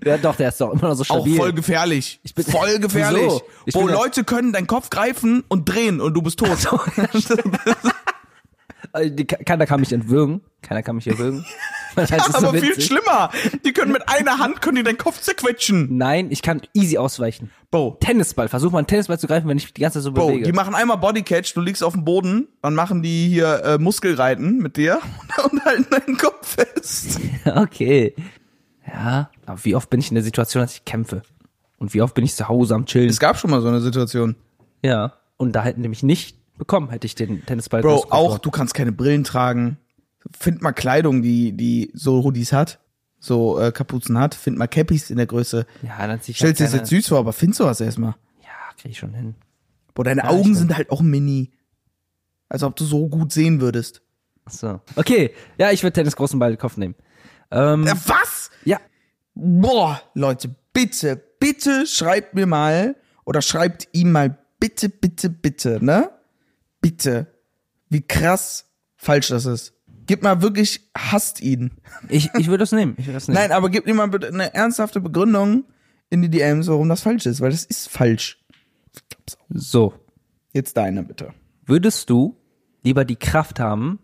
S2: ja, doch, der ist doch immer noch so
S3: Auch
S2: stabil.
S3: voll gefährlich.
S2: bin-
S3: voll gefährlich.
S2: Wieso? Ich
S3: Wo
S2: bin doch-
S3: Leute können deinen Kopf greifen und drehen und du bist tot.
S2: Äh, die- Keiner kann mich entwürgen. Keiner kann mich erwürgen. Das heißt, es ist so
S3: Aber viel
S2: witzig.
S3: schlimmer. Die können mit einer Hand können die deinen Kopf zerquetschen.
S2: Nein, ich kann easy ausweichen.
S3: Bro,
S2: Tennisball, versuch mal einen Tennisball zu greifen, wenn ich mich die ganze Zeit so
S3: Bro,
S2: bewege.
S3: die machen einmal Bodycatch, du liegst auf dem Boden, dann machen die hier äh, Muskelreiten mit dir und halten deinen Kopf fest.
S2: okay. Ja, aber wie oft bin ich in der Situation, dass ich kämpfe? Und wie oft bin ich zu Hause am Chillen?
S3: Es gab schon mal so eine Situation.
S2: ja. Und da hätten die mich nicht bekommen, hätte ich den Tennisball
S3: Bro,
S2: groß
S3: auch
S2: geworfen.
S3: du kannst keine Brillen tragen. Find mal Kleidung, die die so Hoodies hat, so äh, Kapuzen hat. Find mal Cappies in der Größe.
S2: Ja, dann zieh ich
S3: Stellst dir das
S2: keine-
S3: jetzt süß vor, aber find sowas erstmal.
S2: Ja, krieg ich schon hin.
S3: Boah, deine
S2: ich bin-
S3: Augen sind halt auch mini. Als ob du so gut sehen würdest.
S2: Ach So. Okay, ja, ich würde Tennis großen Ball in den Kopf nehmen. Ähm,
S3: Äh, was?
S2: ja,
S3: Boah, Leute, bitte, bitte schreibt mir mal oder schreibt ihm mal bitte, bitte, bitte, ne? Bitte. Wie krass falsch das ist. Gib mal wirklich, hasst ihn.
S2: ich, ich würde das nehmen. Ich würde das nehmen.
S3: Nein, aber gib mir mal bitte eine ernsthafte Begründung in die DMs, warum das falsch ist, weil das ist falsch.
S2: So,
S3: Jetzt deine bitte.
S2: würdest du lieber die Kraft haben,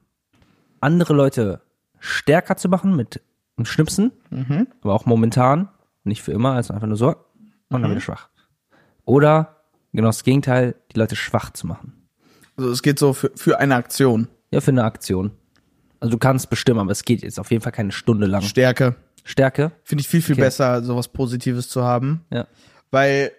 S2: andere Leute stärker zu machen mit einem Schnipsen, aber auch momentan, nicht für immer, also einfach nur so und dann wieder schwach. Oder genau das Gegenteil, die Leute schwach zu machen.
S3: Also es geht so für, für eine Aktion.
S2: Ja, für eine Aktion. Also du kannst bestimmen, aber es geht jetzt auf jeden Fall keine Stunde
S3: Mhm.
S2: lang.
S3: Stärke.
S2: Stärke?
S3: Finde ich viel, viel besser, sowas Positives zu haben.
S2: Ja.
S3: Weil,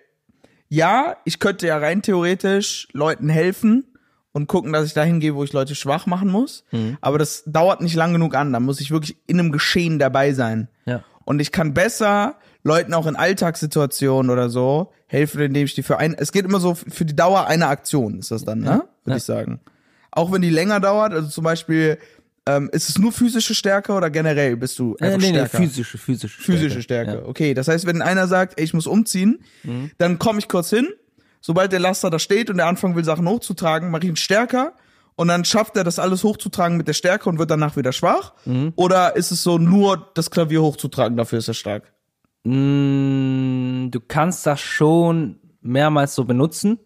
S3: ja, ich könnte ja rein theoretisch Leuten helfen und gucken, dass ich dahin gehe, wo ich Leute schwach machen muss.
S2: Mhm.
S3: Aber das dauert nicht lang genug an. Da muss ich wirklich in einem Geschehen dabei sein.
S2: Ja.
S3: Und ich kann besser Leuten auch in Alltagssituationen oder so helfen, indem ich die für ein. Es geht immer so für die Dauer einer Aktion, ist das dann, ne? Würde ich sagen. Auch wenn die länger dauert, also zum Beispiel, ähm, ist es nur physische Stärke oder generell bist du
S2: Äh,
S3: einfach stärker?
S2: physische, physische.
S3: physische Stärke. Okay, das heißt, wenn einer sagt, ey, ich muss umziehen,
S2: Mhm.
S3: dann komme ich kurz hin. Sobald der Laster da steht und der anfangen will, Sachen hochzutragen, mache ich ihn stärker. Und dann schafft er das alles hochzutragen mit der Stärke und wird danach wieder schwach?
S2: Mhm.
S3: Oder ist es so, nur das Klavier hochzutragen, dafür ist er stark?
S2: Mm, Du kannst das schon mehrmals so benutzen,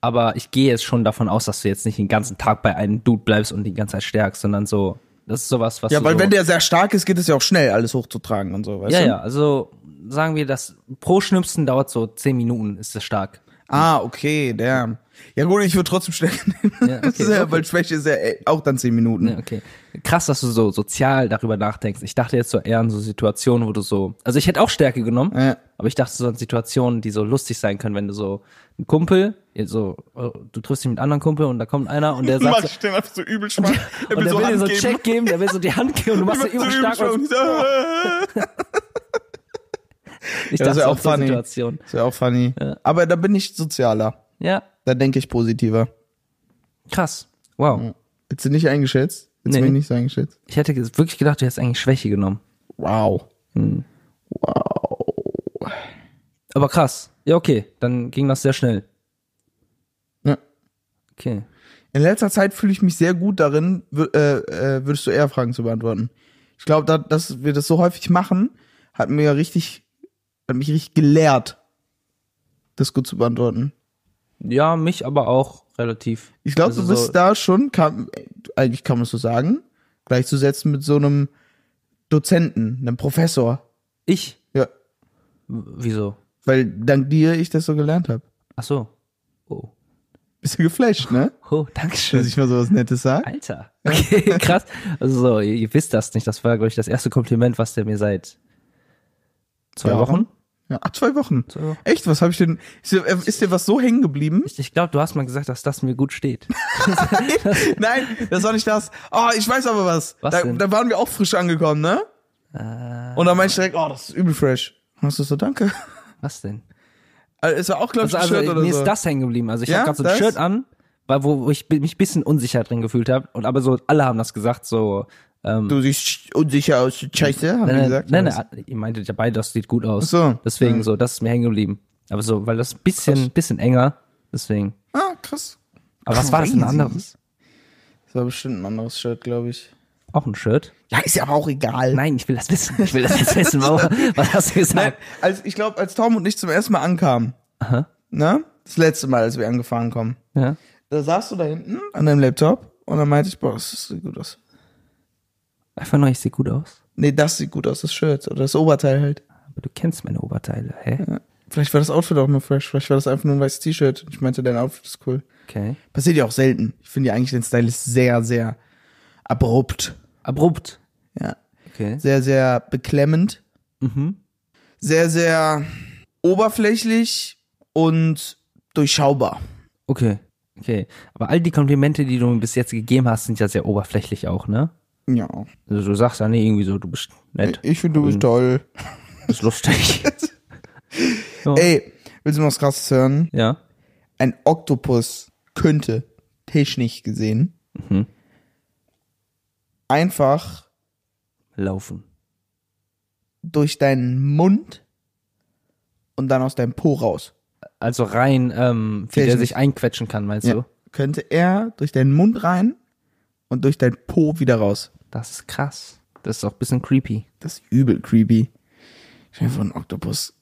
S2: aber ich gehe jetzt schon davon aus, dass du jetzt nicht den ganzen Tag bei einem Dude bleibst und die ganze Zeit stärkst, sondern so, das ist sowas, was
S3: Ja,
S2: du
S3: weil
S2: so,
S3: wenn der sehr stark ist, geht es ja auch schnell, alles hochzutragen und so, weißt
S2: ja,
S3: du?
S2: ja, also sagen wir, das pro Schnipsen dauert so 10 Minuten, ist das stark.
S3: Ah, okay, der. Ja gut, ich würde trotzdem schnell nehmen.
S2: Ja, okay,
S3: Das ist ja,
S2: okay.
S3: Weil Schwäche ist ja ey, auch dann zehn Minuten.
S2: Ja, okay. Krass, dass du so sozial darüber nachdenkst. Ich dachte jetzt so eher an so Situationen, wo du so, also ich hätte auch Stärke genommen,
S3: Ja.
S2: aber ich dachte so an Situationen, die so lustig sein können, wenn du so ein Kumpel, ihr so, oh, du triffst dich mit anderen Kumpel und da kommt einer und der sagt, so,
S3: den einfach so übel schwach. Er
S2: und der will dir so einen
S3: angeben.
S2: Check geben, der will so die Hand geben und du machst so übel stark. Und
S3: äh.
S2: ich
S3: Ja, das
S2: dachte
S3: ist ja
S2: so
S3: auch
S2: an so
S3: funny.
S2: Situation.
S3: Das wäre auch funny. Aber da bin ich sozialer.
S2: Ja,
S3: Da denke ich positiver.
S2: krass. Wow.
S3: Hättest du nicht eingeschätzt? Hättest du
S2: Nee.
S3: mich nicht so eingeschätzt?
S2: Ich hätte ge- wirklich gedacht, du hättest eigentlich Schwäche genommen.
S3: Wow.
S2: Aber krass. Ja, okay. Dann ging das sehr schnell.
S3: Ja.
S2: Okay.
S3: In letzter Zeit fühle ich mich sehr gut darin, wür- äh, äh, würdest du eher Fragen zu beantworten. Ich glaube, da, dass wir das so häufig machen, hat mir richtig, hat mich richtig gelehrt, das gut zu beantworten.
S2: Ja, mich aber auch relativ.
S3: Ich glaube,
S2: Also
S3: du bist
S2: so-
S3: da schon, kann, eigentlich kann man es so sagen, gleichzusetzen mit so einem Dozenten, einem Professor.
S2: Ich?
S3: Ja,
S2: W- Wieso?
S3: weil dank dir ich das so gelernt habe.
S2: Ach so. Oh.
S3: Bist du geflasht, ne?
S2: Oh,
S3: Dass
S2: Dankeschön.
S3: ich mal sowas Nettes sage.
S2: Alter. Okay, krass. Also so, ihr, ihr wisst das nicht. Das war, glaube ich, das erste Kompliment, was der mir seit zwei
S3: Jahren?
S2: Wochen.
S3: Ja, ach, zwei Wochen.
S2: Wochen.
S3: Echt, was habe ich denn? Ist dir, ist dir was so hängen geblieben?
S2: Ich, ich glaube, du hast mal gesagt, dass das mir gut steht.
S3: Nein, das war nicht das. Oh, ich weiß aber was.
S2: Was
S3: da,
S2: denn? Äh.
S3: da waren wir auch frisch angekommen, ne? Und dann meinte ich direkt, oh, das ist übel fresh. Und hast du so, danke.
S2: Was denn?
S3: Also, Ist ja auch, glaube ich,
S2: Also, also
S3: ein Shirt oder
S2: mir
S3: so.
S2: ist das hängen geblieben. Also ich
S3: Ja,
S2: habe gerade so ein
S3: das?
S2: Shirt an, weil wo, wo ich bi- mich ein bisschen unsicher drin gefühlt habe. Und aber so, alle haben das gesagt, so. Ähm,
S3: du siehst unsicher aus, scheiße, haben wir
S2: nein, nein,
S3: gesagt.
S2: nein, nein, ihr meintet ja beide, das sieht gut aus.
S3: Ach so.
S2: Deswegen
S3: Ja.
S2: so, das ist mir hängen geblieben. Aber so, weil das ein bisschen, bisschen enger, deswegen.
S3: Ah, krass.
S2: Aber was war das denn
S3: Crazy.
S2: anderes?
S3: Das war bestimmt ein anderes Shirt, glaube ich.
S2: Auch ein Shirt?
S3: Ja, ist ja aber auch egal.
S2: Nein, ich will das wissen. Ich will das jetzt wissen. Warum, was hast du
S3: Nein,
S2: gesagt?
S3: als ich glaube, als Tom und ich zum ersten Mal ankamen,
S2: Aha.
S3: ne? Das letzte Mal, als wir angefahren kommen,
S2: Ja.
S3: da saß du da hinten an deinem Laptop und dann meinte ich, boah, das sieht gut aus.
S2: Einfach nur, ich sehe gut aus.
S3: Nee, das sieht gut aus, das Shirt oder das Oberteil halt.
S2: Aber du kennst meine Oberteile. Hä?
S3: Vielleicht war das Outfit auch nur fresh, vielleicht war das einfach nur ein weißes T-Shirt. Ich meinte, dein Outfit ist cool.
S2: Okay.
S3: Passiert ja auch selten. Ich finde ja eigentlich den Stylist sehr, sehr abrupt.
S2: Abrupt.
S3: Ja.
S2: Okay.
S3: Sehr, sehr beklemmend.
S2: Mhm.
S3: Sehr, sehr oberflächlich und durchschaubar.
S2: Okay. Okay. Aber all die Komplimente, die du mir bis jetzt gegeben hast, sind ja sehr oberflächlich auch, ne?
S3: Ja.
S2: Also du sagst ja nicht irgendwie so, du bist nett, Mhm.
S3: Ich finde, du bist toll.
S2: du bist lustig.
S3: Ey, willst du noch was krasses hören?
S2: ja.
S3: Ein Oktopus könnte, technisch gesehen,
S2: Mhm.
S3: einfach
S2: Laufen.
S3: durch deinen Mund und dann aus deinem Po raus.
S2: Also rein, ähm, wie der
S3: Technisch.
S2: sich einquetschen kann, meinst du?
S3: Könnte er durch deinen Mund rein und durch dein Po wieder raus.
S2: Das ist krass. Das ist auch ein bisschen creepy.
S3: Das ist übel creepy. Ich bin von Oktopus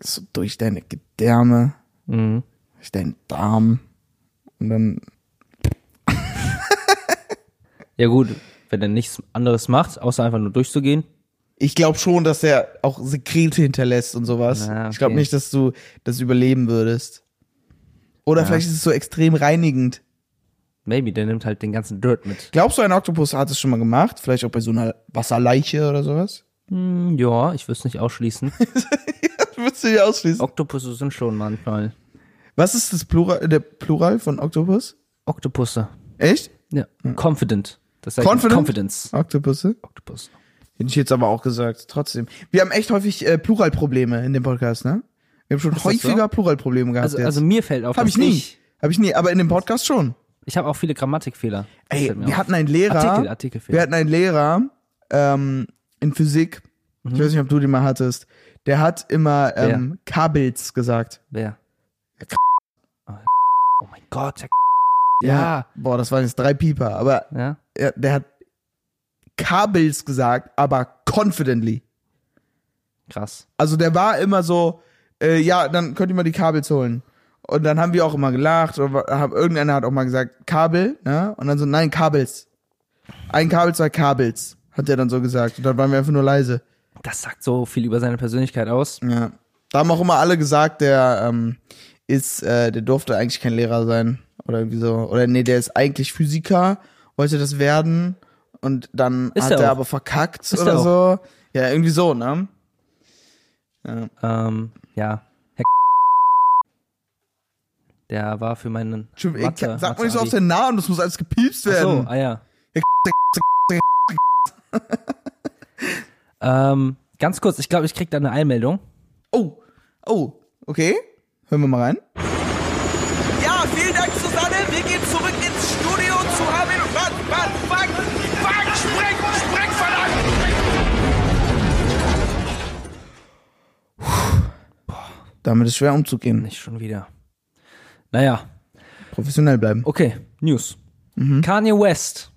S3: so durch deine Gedärme,
S2: Mhm.
S3: durch deinen Darm und dann
S2: Ja gut, wenn er nichts anderes macht, außer einfach nur durchzugehen.
S3: Ich glaube schon, dass er auch Sekrete hinterlässt und sowas.
S2: Ah, okay.
S3: Ich glaube nicht, dass du das überleben würdest. Oder vielleicht ist es so extrem reinigend.
S2: Maybe, der nimmt halt den ganzen Dirt mit.
S3: Glaubst du, ein Oktopus hat es schon mal gemacht? Vielleicht auch bei so einer Wasserleiche oder sowas?
S2: Hm, ja, ich würde es nicht ausschließen.
S3: Würdest du dir ausschließen?
S2: Oktopusse sind schon manchmal.
S3: Was ist das Plural, äh, der Plural von Oktopus?
S2: Oktopusse.
S3: Echt?
S2: Ja. Hm. Confident. Das heißt
S3: Confident?
S2: Äh, Confidence.
S3: Oktopusse?
S2: Oktopus.
S3: Hätte ich jetzt aber auch gesagt, trotzdem. Wir haben echt häufig äh, Pluralprobleme in dem Podcast, ne? Wir haben schon
S2: das so?
S3: häufiger Pluralprobleme gehabt
S2: Also,
S3: jetzt.
S2: also mir fällt auf,
S3: Hab
S2: dass
S3: ich nie. Hab ich nie, aber in dem Podcast schon.
S2: Ich habe auch viele Grammatikfehler. Das
S3: Ey,
S2: fällt mir
S3: wir
S2: auf.
S3: hatten einen Lehrer.
S2: Artikel, Artikelfehler.
S3: Wir hatten einen Lehrer ähm, in Physik. Ich weiß nicht, ob du den mal hattest. Der hat immer ähm, Kabels gesagt.
S2: Wer?
S3: K-
S2: Oh mein Gott, der
S3: Ja. Boah, das waren jetzt drei Pieper. Aber
S2: K- ja.
S3: er, der hat Kabels gesagt, aber confidently.
S2: Krass.
S3: Also der war immer so, äh, ja, dann könnt ihr mal die Kabels holen. Und dann haben wir auch immer gelacht. Oder hab, irgendeiner hat auch mal gesagt, Kabel, ne? Und dann so, nein, Kabels. Ein Kabel, zwei Kabels, hat er dann so gesagt. Und dann waren wir einfach nur leise.
S2: Das sagt so viel über seine Persönlichkeit aus.
S3: Ja. Da haben auch immer alle gesagt, der ähm, ist, äh, der durfte eigentlich kein Lehrer sein. Oder irgendwie so. Oder nee, der ist eigentlich Physiker, wollte das werden. Und dann
S2: Ist
S3: hat
S2: er
S3: er
S2: auch.
S3: aber verkackt
S2: er
S3: oder
S2: auch.
S3: so. Ja, irgendwie so, ne?
S2: Ähm, ja. Herr K- der war für meinen.
S3: Schon- ey,
S2: Mathe,
S3: Sag mal nicht so
S2: Mathe-Abi.
S3: auf den Namen, das muss alles gepiepst
S2: Ach so,
S3: werden.
S2: ah ja.
S3: Ja,
S2: ähm, ganz kurz, ich glaube, ich krieg da eine Einmeldung.
S3: Oh, oh, okay. Hören wir mal rein.
S4: Ja, vielen Dank, Susanne. Wir gehen zurück ins Studio zu Armin. Bad, Bad, Bad, Bad, spreng, spreng, verdammt!
S3: Damit ist schwer umzugehen.
S2: Nicht schon wieder. Naja,
S3: Professionell bleiben.
S2: okay, News.
S3: Mhm.
S2: Kanye West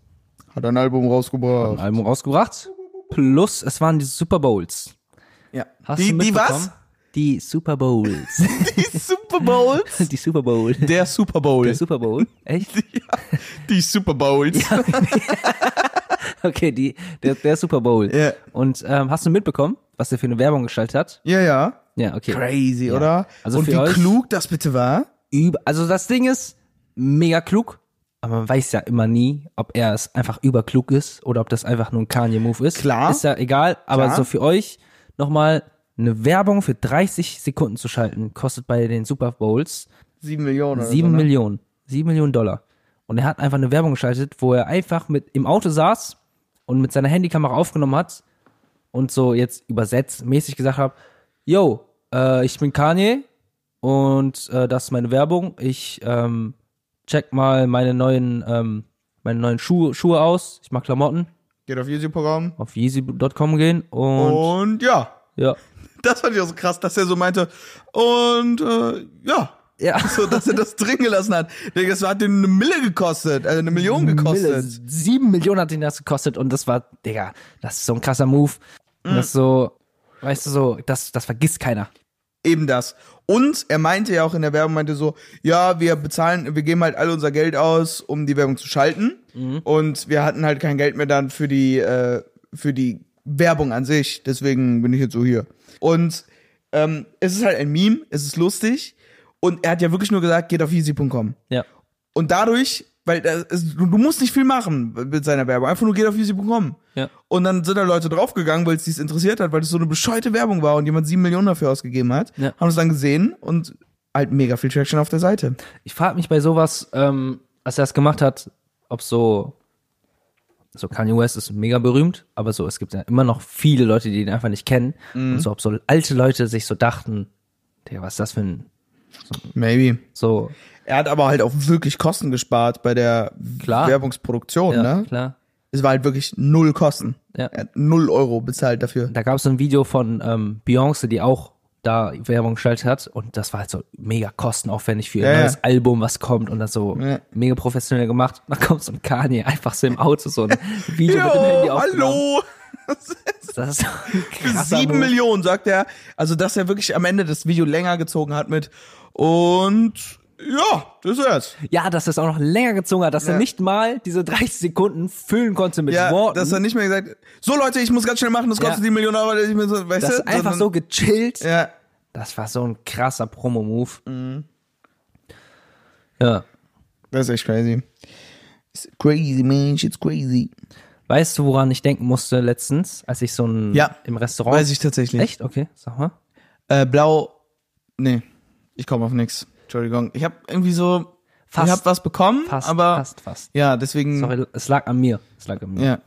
S3: Hat ein Album
S2: ein
S3: rausgebracht.
S2: Album rausgebracht. Plus, es waren die Super Bowls.
S3: Ja.
S2: Hast
S3: die,
S2: du
S3: die
S2: mitbekommen?
S3: was?
S2: Die Super Bowls.
S3: Die Super Bowl.
S2: die Super Bowl.
S3: Der Super Bowl.
S2: Der Super Bowl. Echt?
S3: die Super Bowls.
S2: Okay, die, der, der Super Bowl.
S3: Ja.
S2: Und ähm, hast du mitbekommen, was er für eine Werbung gestaltet hat?
S3: Ja, ja.
S2: Ja, okay.
S3: Crazy, oder?
S2: Also
S3: Und
S2: für
S3: wie
S2: euch-
S3: klug das bitte war.
S2: Üb also das Ding ist mega klug, aber man weiß ja immer nie, ob er es einfach überklug ist oder ob das einfach nur ein Kanye-Move ist.
S3: Klar.
S2: Ist ja egal, aber
S3: Klar.
S2: so für euch nochmal eine Werbung für 30 Sekunden zu schalten, kostet bei den Super Bowls
S3: Sieben Millionen. Oder
S2: Sieben
S3: so, ne?
S2: Millionen. Sieben Millionen Dollar. Und er hat einfach eine Werbung geschaltet, wo er einfach mit im Auto saß und mit seiner Handykamera aufgenommen hat und so jetzt übersetzt mäßig gesagt hat, yo, äh, ich bin Kanye und äh, das ist meine Werbung. Ich ähm, check mal meine neuen, ähm, meine neuen Schuhe, Schuhe aus. Ich mag Klamotten.
S3: Geht auf YouTube-Programm.
S2: Auf yeezy.com gehen und
S3: Und ja.
S2: ja.
S3: Das fand ich auch so krass, dass er so meinte. Und äh, ja.
S2: Ja.
S3: So, dass er das drin gelassen hat. Digga, Das hat den eine Mille gekostet, also eine Million gekostet.
S2: Mille, sieben Millionen hat ihn das gekostet und das war, Digga, das ist so ein krasser Move. Und das ist so, weißt du, so, das, das vergisst keiner.
S3: Eben das. Und er meinte ja auch in der Werbung, meinte so, ja, wir bezahlen, wir geben halt all unser Geld aus, um die Werbung zu schalten. Und wir hatten halt kein Geld mehr dann für die, äh, für die Werbung an sich. Deswegen bin ich jetzt so hier. Und ähm, es ist halt ein Meme, es ist lustig. Und er hat ja wirklich nur gesagt, geht auf easy.com.
S2: Ja.
S3: Und dadurch, weil das ist, du, du musst nicht viel machen mit seiner Werbung, einfach nur geht auf easy.com.
S2: Ja.
S3: Und dann sind da Leute draufgegangen, weil es dies interessiert hat, weil es so eine bescheute Werbung war und jemand sieben Millionen dafür ausgegeben hat,
S2: Ja.
S3: haben es dann gesehen und halt mega viel Traction auf der Seite.
S2: Ich frage mich bei sowas, ähm, als er das gemacht hat, ob so, so Kanye West ist mega berühmt, aber so, es gibt ja immer noch viele Leute, die ihn einfach nicht kennen. Und so, ob so alte Leute sich so dachten, Digga, was ist das für ein,
S3: Maybe.
S2: so,
S3: Er hat aber halt auch wirklich Kosten gespart bei der
S2: Klar.
S3: Werbungsproduktion,
S2: ja,
S3: ne?
S2: klar.
S3: Es war halt wirklich null Kosten.
S2: Ja.
S3: Er hat null Euro bezahlt dafür.
S2: Da gab es so ein Video von ähm, Beyoncé, die auch da Werbung geschaltet hat und das war halt so mega kostenaufwendig für ihr
S3: Ja, ja.
S2: neues Album, was kommt und das so
S3: Ja.
S2: mega professionell gemacht. Dann kommt so ein Kanye einfach so im Auto so ein Video mit dem Handy
S3: Jo,
S2: aufgenommen.
S3: hallo!
S2: Das ist so ein krasser
S3: Sieben
S2: Move.
S3: Millionen, sagt er. Also, dass er wirklich am Ende das Video länger gezogen hat mit und ja, das ist
S2: Ja, dass das auch noch länger gezogen hat, dass
S3: Ja.
S2: er nicht mal diese 30 Sekunden füllen konnte mit
S3: Ja,
S2: Worten.
S3: dass er nicht mehr gesagt so Leute, ich muss ganz schnell machen, das
S2: Ja.
S3: kostet die Million, aber ich muss, weißt
S2: das
S3: du?
S2: ist einfach so
S3: sondern-
S2: gechillt.
S3: Ja, Mhm.
S2: Das war so ein krasser Promo-Move. Ja.
S3: das ist echt crazy. It's crazy, Mensch, it's crazy.
S2: Weißt du, woran ich denken musste letztens, als ich so ein
S3: Ja.
S2: im Restaurant
S3: Weiß ich tatsächlich.
S2: Echt? Okay, sag mal.
S3: Äh, blau, nee, ich komme auf nix. Entschuldigung, ich habe irgendwie so,
S2: Fast.
S3: ich habe was bekommen,
S2: Fast,
S3: aber
S2: fast, fast.
S3: ja, deswegen,
S2: Sorry, es lag an mir. Es lag an mir.
S3: ja,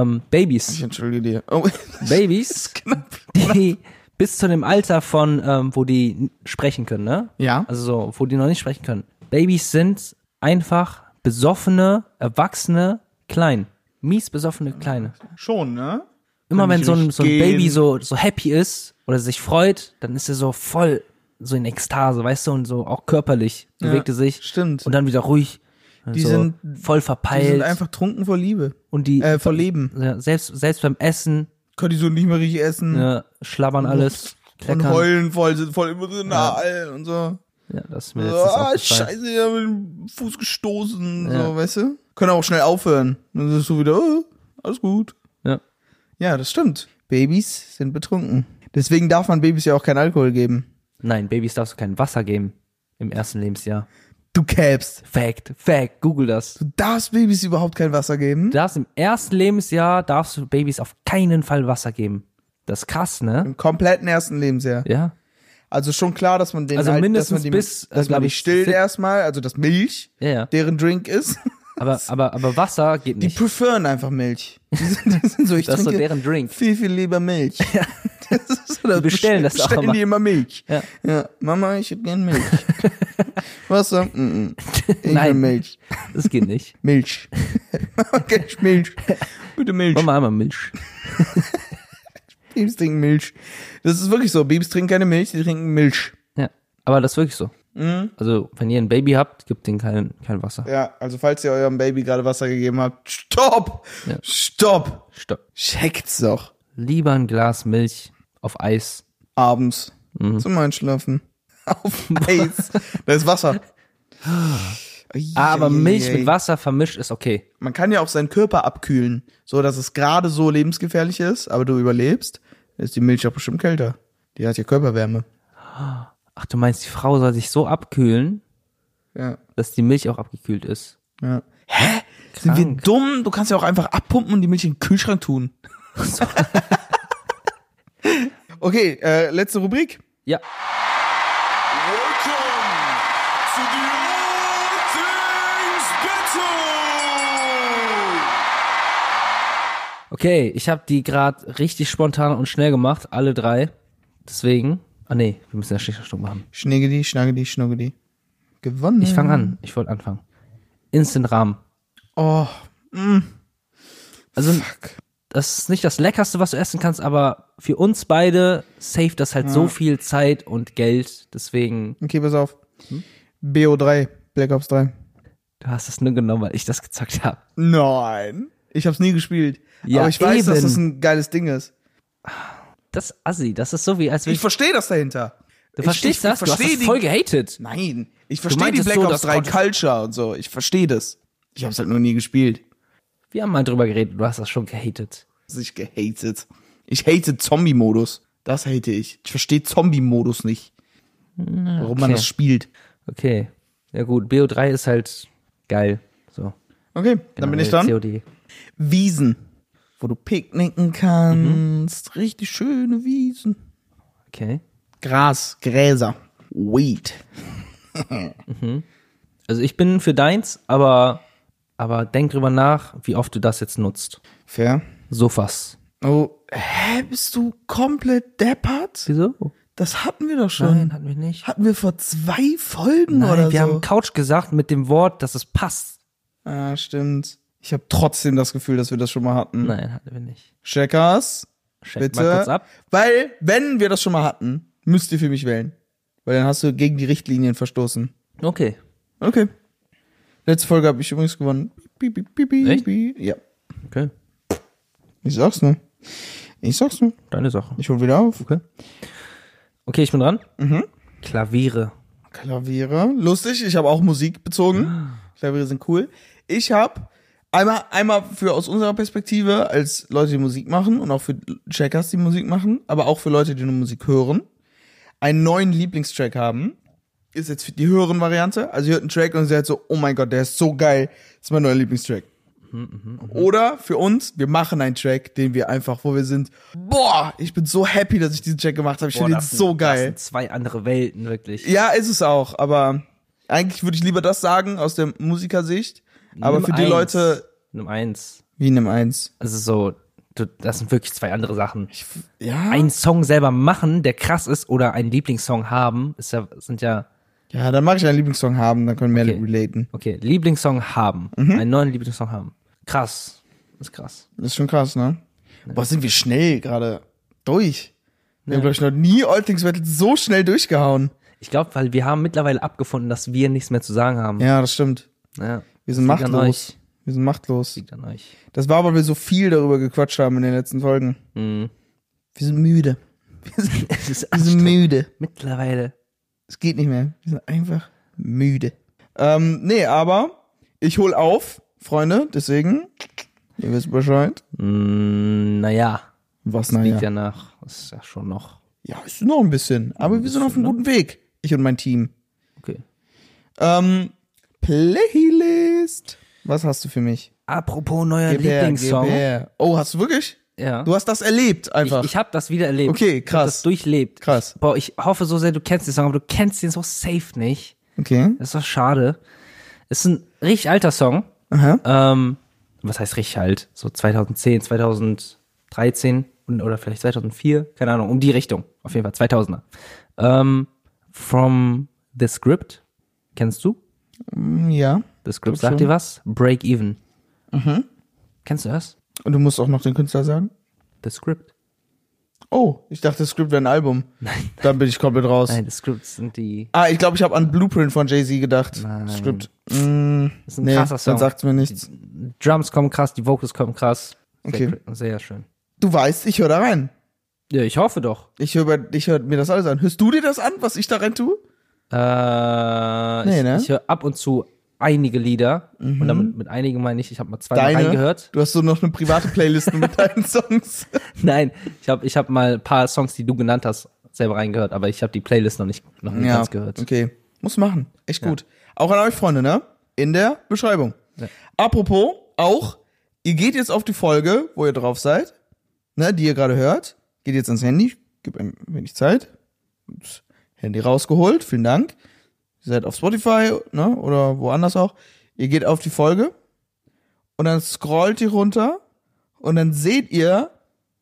S2: Ähm,
S3: ich
S2: Babys.
S3: entschuldige dir. Oh,
S2: Babys,
S3: knapp.
S2: die bis zu dem Alter von, ähm, wo die n- sprechen können, ne?
S3: Ja.
S2: Also so, wo die noch nicht sprechen können. Babys sind einfach besoffene, erwachsene, klein. Mies besoffene Kleine.
S3: Schon, ne?
S2: Immer
S3: Kann
S2: wenn
S3: ich
S2: so ein,
S3: nicht
S2: so ein
S3: gehen.
S2: Baby so, so happy ist oder sich freut, dann ist er so voll so in Ekstase, weißt du, und so auch körperlich bewegt er sich.
S3: stimmt.
S2: Und dann wieder ruhig. Die so
S3: sind-
S2: voll
S3: Die
S2: verpeilt.
S3: sind einfach trunken vor Liebe.
S2: und die
S3: Äh, vor Leben.
S2: ja, selbst, selbst beim Essen
S3: Können die so nicht mehr richtig essen
S2: ja, schlabbern alles.
S3: Mhm. und
S2: Kleckern.
S3: heulen voll, sind voll emotional und so.
S2: Ja, das ist mir
S3: So,
S2: letztens
S3: ah,
S2: aufgefallen.
S3: scheiße, ich hab mit dem Fuß gestoßen,
S2: Ja.
S3: so, weißt du? Können auch schnell aufhören. Dann ist so wieder, oh, alles gut.
S2: Ja.
S3: Ja, das stimmt. Babys sind betrunken. Deswegen darf man Babys ja auch keinen Alkohol geben.
S2: Nein, Babys darfst du kein Wasser geben im ersten Lebensjahr.
S3: Du capst.
S2: Fact, Fact, google das.
S3: Du darfst Babys überhaupt kein Wasser geben.
S2: Du darfst im ersten Lebensjahr darfst du Babys auf keinen Fall Wasser geben. Das ist krass, ne?
S3: Im kompletten ersten Lebensjahr.
S2: Ja.
S3: Also schon klar, dass man den
S2: Also
S3: halt- dass
S2: mindestens
S3: man die,
S2: bis, äh,
S3: dass man
S2: glaub
S3: die
S2: ich,
S3: stillt
S2: fit-
S3: erstmal, also dass Milch
S2: Ja, ja.
S3: deren Drink ist.
S2: Aber, aber, aber Wasser geht
S3: Die
S2: nicht.
S3: preferen einfach Milch. Die sind, die sind so, ich
S2: Das ist so
S3: trinke
S2: deren Drink.
S3: viel, viel lieber Milch. Das ist so, da
S2: bestellen das auch
S3: bestellen
S2: immer.
S3: die immer Milch.
S2: Ja.
S3: ja. Mama, ich hätte gern Milch. Wasser? Mm -mm. Ich will
S2: Nein.
S3: Milch.
S2: Das geht nicht.
S3: Milch. Mama, kann ich Milch? Bitte Milch.
S2: Mach mal einmal Milch.
S3: Babys trinken Milch. Das ist wirklich so. Babys trinken keine Milch, die trinken Milch.
S2: Ja. Aber das ist wirklich so. Also, wenn ihr ein Baby habt, gebt denen kein, kein Wasser.
S3: Ja, also falls ihr eurem Baby gerade Wasser gegeben habt, stopp! Stopp!
S2: Stopp.
S3: Checkt's doch.
S2: Lieber ein Glas Milch auf Eis.
S3: Abends. Zum Einschlafen. Auf Eis. da ist Wasser.
S2: Aber
S3: Eieiei.
S2: Ah, Milch mit Wasser vermischt ist okay.
S3: Man kann ja auch seinen Körper abkühlen, so dass es gerade so lebensgefährlich ist, aber du überlebst, dann ist die Milch auch bestimmt kälter. Die hat ja Körperwärme.
S2: Ach, du meinst, die Frau soll sich so abkühlen,
S3: Ja.
S2: dass die Milch auch abgekühlt ist.
S3: ja. Hä? Sind wir
S2: Krank.
S3: dumm? Du kannst ja auch einfach abpumpen und die Milch in den Kühlschrank tun. okay, äh, letzte Rubrik.
S2: Ja. Okay, ich habe die gerade richtig spontan und schnell gemacht, alle drei. Deswegen. Ah nee, wir müssen ja Stichstock machen.
S3: Schneegedi, Schnaggedi, Schnuggedi. Gewonnen.
S2: Ich fange an. Ich wollte anfangen. Instant Rahmen.
S3: Oh,
S2: Also das ist nicht das leckerste, was du essen kannst, aber für uns beide safe das halt so viel Zeit und Geld. Deswegen,
S3: okay, pass auf. BO3, Black Ops 3.
S2: du hast es nur genommen, weil ich das gezackt habe.
S3: Nein. Ich hab's nie gespielt.
S2: Ja,
S3: aber ich weiß, dass
S2: eben.
S3: das ein geiles Ding ist.
S2: Das ist assi, das ist so wie als wenn
S3: Ich
S2: ich,
S3: verstehe das dahinter.
S2: du verstehst das, du hast das
S3: verstehe
S2: voll
S3: die,
S2: gehatet.
S3: Nein, ich verstehe die
S2: meintest
S3: Black
S2: so,
S3: Ops
S2: das
S3: 3
S2: Auto-
S3: Culture und so. Ich verstehe das. Ich hab's halt nur nie gespielt.
S2: Wir haben mal drüber geredet, du hast das schon gehatet.
S3: Das ist gehatet. Ich hate Zombie-Modus. Das hate ich. Ich verstehe Zombie-Modus nicht. Warum man
S2: okay.
S3: das spielt.
S2: Okay, ja gut, BO3 ist halt geil. So, Äh,
S3: Okay,
S2: Genau,
S3: dann bin ich dran.
S2: COD.
S3: Wiesen, wo du
S2: Mhm.
S3: picknicken kannst. Richtig schöne Wiesen.
S2: Okay.
S3: Gras, Gräser, Weed.
S2: Also ich bin für deins, aber, aber denk drüber nach, wie oft du das jetzt nutzt.
S3: Fair.
S2: Sofas.
S3: Oh, hä, bist du komplett deppert?
S2: Wieso?
S3: Das hatten wir doch schon.
S2: Nein, hatten wir nicht.
S3: Hatten wir vor zwei Folgen
S2: Nein,
S3: oder
S2: wir
S3: so?
S2: haben Couch gesagt mit dem Wort, dass es passt.
S3: ah, stimmt. Ich habe trotzdem das Gefühl, dass wir das schon mal hatten.
S2: Nein, hatten wir nicht.
S3: Checkers,
S2: Check
S3: bitte.
S2: mal kurz ab.
S3: Weil, wenn wir das schon mal hatten, müsst ihr für mich wählen. Weil dann hast du gegen die Richtlinien verstoßen.
S2: Okay.
S3: Okay. Letzte Folge habe ich übrigens gewonnen. Piep, piep, piep, piep,
S2: Echt?
S3: piep. Ja.
S2: Okay.
S3: Ich sag's nur. Ich sag's nur.
S2: Deine Sache.
S3: Ich hol wieder auf. Okay.
S2: Okay, ich bin dran. Klaviere.
S3: Klaviere. Lustig, ich habe auch Musik bezogen. Klaviere sind cool. Ich habe einmal, einmal für aus unserer Perspektive als Leute, die Musik machen und auch für Checkers, die Musik machen, aber auch für Leute, die nur Musik hören, einen neuen Lieblingstrack haben. Ist jetzt für die höheren Variante. Also ihr hört einen Track und seid so, oh mein Gott, der ist so geil. Das ist mein neuer Lieblingstrack. Oder für uns, wir machen einen Track, den wir einfach, wo wir sind, boah, ich bin so happy, dass ich diesen Track gemacht habe. Ich finde ihn
S2: das sind-
S3: so geil.
S2: Das sind zwei andere Welten, wirklich.
S3: Ja, ist es auch, aber eigentlich würde ich lieber das sagen aus der Musikersicht. Aber
S2: Nimm
S3: für die
S2: eins.
S3: Leute.
S2: Nimm eins.
S3: Wie nimm eins?
S2: Also so, du, das sind wirklich zwei andere Sachen.
S3: Ja.
S2: Einen Song selber machen, der krass ist, oder einen Lieblingssong haben, ist ja, sind ja
S3: Ja, dann mache ich einen Lieblingssong haben, dann können mehr
S2: Okay.
S3: relaten.
S2: Okay, Lieblingssong haben. Einen neuen Lieblingssong haben. Krass. Das ist krass.
S3: Das ist schon krass, ne? Boah, sind wir schnell gerade durch. Wir haben, glaube ich, noch nie All Things Battle so schnell durchgehauen.
S2: Ich glaube, weil wir haben mittlerweile abgefunden, dass wir nichts mehr zu sagen haben.
S3: Ja, das stimmt.
S2: Ja.
S3: Wir sind
S2: Liegt an
S3: machtlos.
S2: euch.
S3: Wir sind machtlos.
S2: Liegt an euch.
S3: Das war, weil wir so viel darüber gequatscht haben in den letzten Folgen.
S2: Mhm.
S3: Wir sind müde. Wir sind,
S2: Es ist
S3: wir sind müde.
S2: mittlerweile.
S3: Es geht nicht mehr. Wir sind einfach müde. Ähm, nee, aber ich hol auf, Freunde, deswegen. Ihr wisst Bescheid.
S2: Mm, naja.
S3: Was
S2: Liegt
S3: naja.
S2: ja nach. Ist ja schon noch.
S3: Ja, ist noch ein bisschen. Aber wir sind auf einem
S2: ne?
S3: guten Weg. Ich und mein Team.
S2: Okay.
S3: Ähm, Playlist. Was hast du für mich?
S2: Apropos neuer
S3: Gib her,
S2: Lieblingssong.
S3: gib her. Oh, hast du wirklich?
S2: Ja.
S3: Du hast das erlebt einfach.
S2: ich ich habe das wieder erlebt.
S3: Okay,
S2: Ich hab
S3: krass.
S2: Das durchlebt.
S3: Krass.
S2: Boah, ich hoffe so sehr, du kennst den Song, aber du kennst den so safe nicht.
S3: okay.
S2: Das ist doch schade. Es ist ein richtig alter Song.
S3: Aha.
S2: Ähm, was heißt richtig alt? So 2010, 2013 und, oder vielleicht 2004, keine Ahnung, um die Richtung. Auf jeden Fall 2000er. Ähm, from The Script. Kennst du?
S3: Ja.
S2: The Script sagt dir was? Break Even. Mhm. Kennst du das?
S3: Und du musst auch noch den Künstler sagen?
S2: The Script.
S3: Oh, ich dachte, das Script wäre ein Album. Nein. Dann bin ich komplett raus.
S2: Nein, The Script sind die.
S3: Ah, ich glaube, ich habe an Blueprint von Jay-Z gedacht.
S2: Nein.
S3: Script. Mm,
S2: Das ist ein
S3: nee,
S2: krasser Song.
S3: dann sagt's mir nichts.
S2: Drums kommen krass, die Vocals kommen krass. Sehr,
S3: Okay.
S2: sehr schön.
S3: Du weißt, ich höre da rein.
S2: Ja, ich hoffe doch.
S3: Ich höre ich hör mir das alles an. Hörst du dir das an, was ich da rein tue?
S2: Äh,
S3: Nee,
S2: ich,
S3: ne? Mhm.
S2: ich höre ab und zu einige Lieder. Und damit mit einigen meine ich, ich habe mal zweimal
S3: Deine.
S2: reingehört.
S3: Du hast so noch eine private Playlist mit deinen Songs.
S2: Nein, ich habe ich hab mal ein paar Songs, die du genannt hast, selber reingehört, aber ich habe die Playlist noch nicht, noch nicht ganz gehört.
S3: Okay. Muss machen. Echt gut. Auch an euch, Freunde, ne? In der Beschreibung. Apropos, auch, ihr geht jetzt auf die Folge, wo ihr drauf seid, ne, die ihr gerade hört. Geht jetzt ans Handy, gebt ein wenig Zeit. Das Handy rausgeholt, vielen Dank. Ihr seid auf Spotify, ne, oder woanders auch. Ihr geht auf die Folge und dann scrollt ihr runter und dann seht ihr,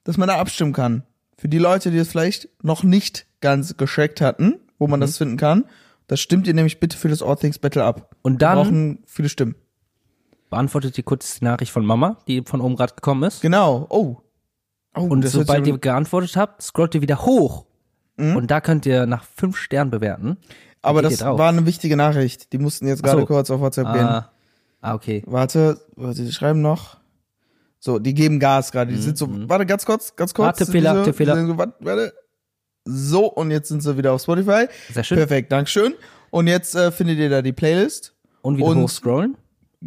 S3: dass man da abstimmen kann. Für die Leute, die es vielleicht noch nicht ganz gescheckt hatten, wo
S2: Mhm.
S3: man das finden kann, das stimmt ihr nämlich bitte für das All Things Battle ab.
S2: Und
S3: Wir
S2: dann-
S3: brauchen viele Stimmen.
S2: Beantwortet ihr kurz die Nachricht von Mama, die von oben gerade gekommen ist.
S3: Genau. Oh. oh
S2: Und
S3: das hört
S2: sobald
S3: sich Mhm.
S2: ihr geantwortet habt, scrollt ihr wieder hoch. Und da könnt ihr nach fünf Sternen bewerten.
S3: aber
S2: geht
S3: das
S2: drauf.
S3: war eine wichtige Nachricht. Die mussten jetzt gerade
S2: so.
S3: kurz auf WhatsApp gehen.
S2: Ah, ah, okay.
S3: Warte, warte, die schreiben noch. So, die geben Gas gerade. Die sind so,
S2: Mhm.
S3: warte, ganz kurz, ganz kurz.
S2: Ah, Tippfehler,
S3: Sind so-
S2: Tippfehler.
S3: sind so, warte, warte. So, und jetzt sind sie wieder auf Spotify.
S2: Sehr schön.
S3: Perfekt, Dankeschön. Und jetzt äh, findet ihr da die Playlist.
S2: Und wieder
S3: Und-
S2: hochscrollen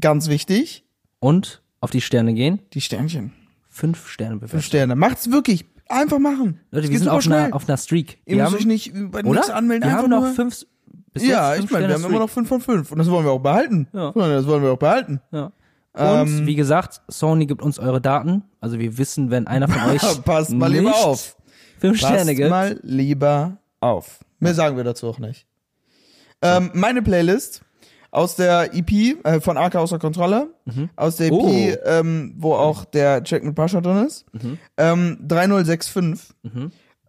S3: Ganz wichtig,
S2: und auf die Sterne gehen.
S3: die Sternchen.
S2: Fünf Sterne bewerten.
S3: Fünf Sterne. Macht's wirklich. Einfach machen. Es
S2: Leute,
S3: geht
S2: wir sind
S3: super
S2: auf
S3: schnell.
S2: einer, auf einer Streak.
S3: Ihr
S2: Wir
S3: müsst
S2: haben-
S3: euch nicht bei
S2: oder?
S3: nichts anmelden.
S2: wir
S3: einfach
S2: haben
S3: nur
S2: noch fünf. Bis
S3: Ja,
S2: jetzt
S3: ich
S2: fünf
S3: meine, wir haben
S2: Sterne
S3: immer noch 5 von 5 und das wollen wir auch behalten.
S2: Ja.
S3: Freunde, Das wollen wir auch behalten.
S2: Ja.
S3: Ähm,
S2: Und wie gesagt, Sony gibt uns eure Daten. Also wir wissen, wenn einer von euch
S3: Passt mal lieber
S2: nicht
S3: auf.
S2: fünf Sterne
S3: Passt
S2: gibt.
S3: mal lieber auf. Mehr sagen wir dazu auch nicht. Ähm, meine Playlist aus der EP äh, von AK außer Kontrolle, aus der EP,
S2: Oh.
S3: ähm, wo auch der Check mit Pascha drin ist, ähm, 3065.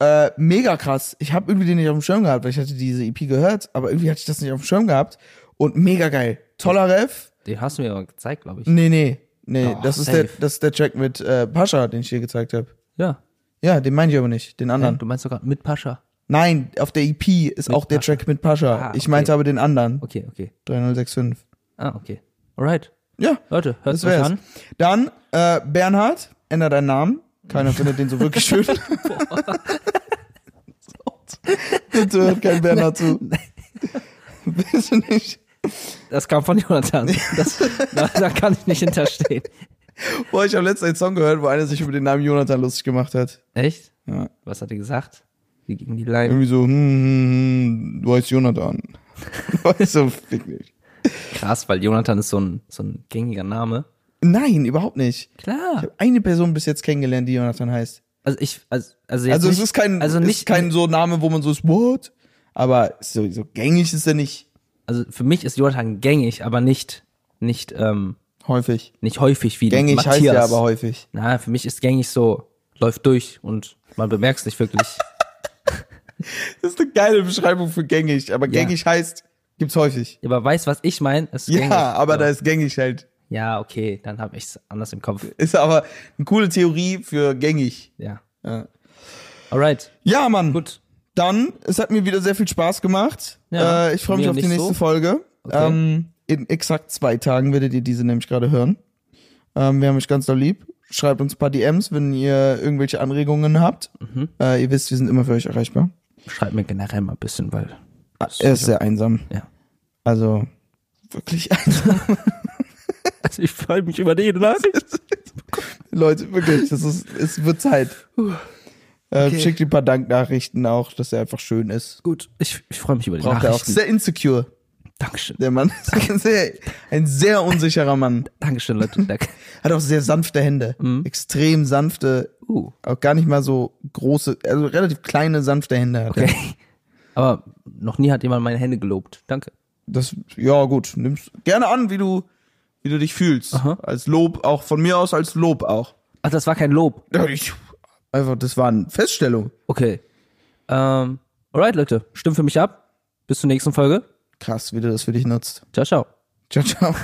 S3: Äh, mega krass. Ich habe irgendwie den nicht auf dem Schirm gehabt, weil ich hatte diese EP gehört, aber irgendwie hatte ich das nicht auf dem Schirm gehabt. Und mega geil. Toller Ref.
S2: Den hast du mir aber gezeigt, glaube ich.
S3: Nee, nee, nee,
S2: Oh,
S3: das, ist
S2: safe.
S3: der, das ist der Track mit äh, Pascha, den ich dir gezeigt habe.
S2: Ja.
S3: Ja, den meine ich aber nicht, den anderen.
S2: Du meinst sogar mit Pascha.
S3: Nein, auf der EP ist auch der
S2: Pascha.
S3: Track mit Pascha.
S2: Ah,
S3: Ich
S2: okay.
S3: meinte aber den anderen,
S2: Okay, okay.
S3: 3065.
S2: Ah, okay. Alright.
S3: Ja,
S2: Leute, hört
S3: das
S2: es euch
S3: wär's.
S2: an.
S3: Dann, äh, Bernhard, änder deinen Namen. Keiner findet den so wirklich schön. Bitte hört kein Bernhard zu. Bitte nicht.
S2: Das kam von Jonathan. Das, da, da kann ich nicht hinterstehen.
S3: Boah, ich habe letztens einen Song gehört, wo einer sich über den Namen Jonathan lustig gemacht hat.
S2: Echt?
S3: Ja.
S2: Was hat er gesagt? Wie ging die Line?
S3: Irgendwie so, hm, hm, hm, du heißt Jonathan. Weißt du, fick nicht.
S2: Krass, weil Jonathan ist so ein, so ein gängiger Name.
S3: Nein, überhaupt nicht.
S2: Klar.
S3: Eine Person bis jetzt kennengelernt, die Jonathan heißt.
S2: Also ich, also, also, jetzt
S3: Also
S2: nicht,
S3: es ist kein,
S2: also
S3: ist
S2: nicht,
S3: kein so Name, wo man so ist, what? Aber so, so gängig ist er nicht
S2: also für mich ist Jonathan gängig, aber nicht, nicht, ähm,
S3: häufig.
S2: nicht häufig wie
S3: Gängig
S2: Matthias.
S3: heißt er aber häufig.
S2: Na, für mich ist gängig so, läuft durch und man bemerkt es nicht wirklich.
S3: Das ist eine geile Beschreibung für gängig, aber gängig heißt Gibt's häufig.
S2: Aber weißt was ich meine? Es ist
S3: Ja,
S2: gängig.
S3: aber
S2: So.
S3: da ist gängig halt.
S2: Ja, okay, dann habe ich es anders im Kopf.
S3: Ist aber eine coole Theorie für gängig.
S2: Ja.
S3: Ja.
S2: Alright,
S3: Ja, Mann.
S2: gut.
S3: Dann, es hat mir wieder sehr viel Spaß gemacht.
S2: Ja,
S3: äh, ich freue mich
S2: mir
S3: auf die
S2: nicht
S3: nächste
S2: so.
S3: Folge.
S2: Okay.
S3: Ähm, in exakt zwei Tagen werdet ihr diese nämlich gerade hören. Ähm, wir haben euch ganz doll lieb. Schreibt uns ein paar DMs, wenn ihr irgendwelche Anregungen habt.
S2: Mhm.
S3: Äh, ihr wisst, wir sind immer für euch erreichbar. Ah,
S2: Schreib mir generell mal ein bisschen, weil.
S3: Er ist sehr einsam.
S2: Ja.
S3: Also wirklich einsam.
S2: Also ich freue mich über den, ne?
S3: Leute, wirklich, das ist, es wird Zeit. Äh, Schickt ihm ein paar Danknachrichten auch, dass er einfach schön ist.
S2: Gut, ich, ich freue mich über den
S3: Braucht er auch.
S2: Nachrichten.
S3: Sehr insecure.
S2: Dankeschön.
S3: Der Mann ist ein sehr, ein sehr unsicherer Mann.
S2: Dankeschön, Leute. Danke.
S3: Hat auch sehr sanfte Hände. Extrem sanfte,
S2: Mhm. Uh,
S3: auch gar nicht mal so große, also relativ kleine, sanfte Hände. Hat er.
S2: okay. Aber noch nie hat jemand meine Hände gelobt. Danke.
S3: Das, ja, gut. Nimm's gerne an, wie du, wie du dich fühlst.
S2: Aha.
S3: Als Lob, auch von mir aus als Lob auch.
S2: Ach, das war kein Lob.
S3: Ja, ich- Einfach, das war eine Feststellung.
S2: Okay. Ähm, alright, Leute. Stimmt für mich ab. Bis zur nächsten Folge.
S3: Krass, wie du das für dich nutzt.
S2: Ciao, ciao.
S3: Ciao, ciao.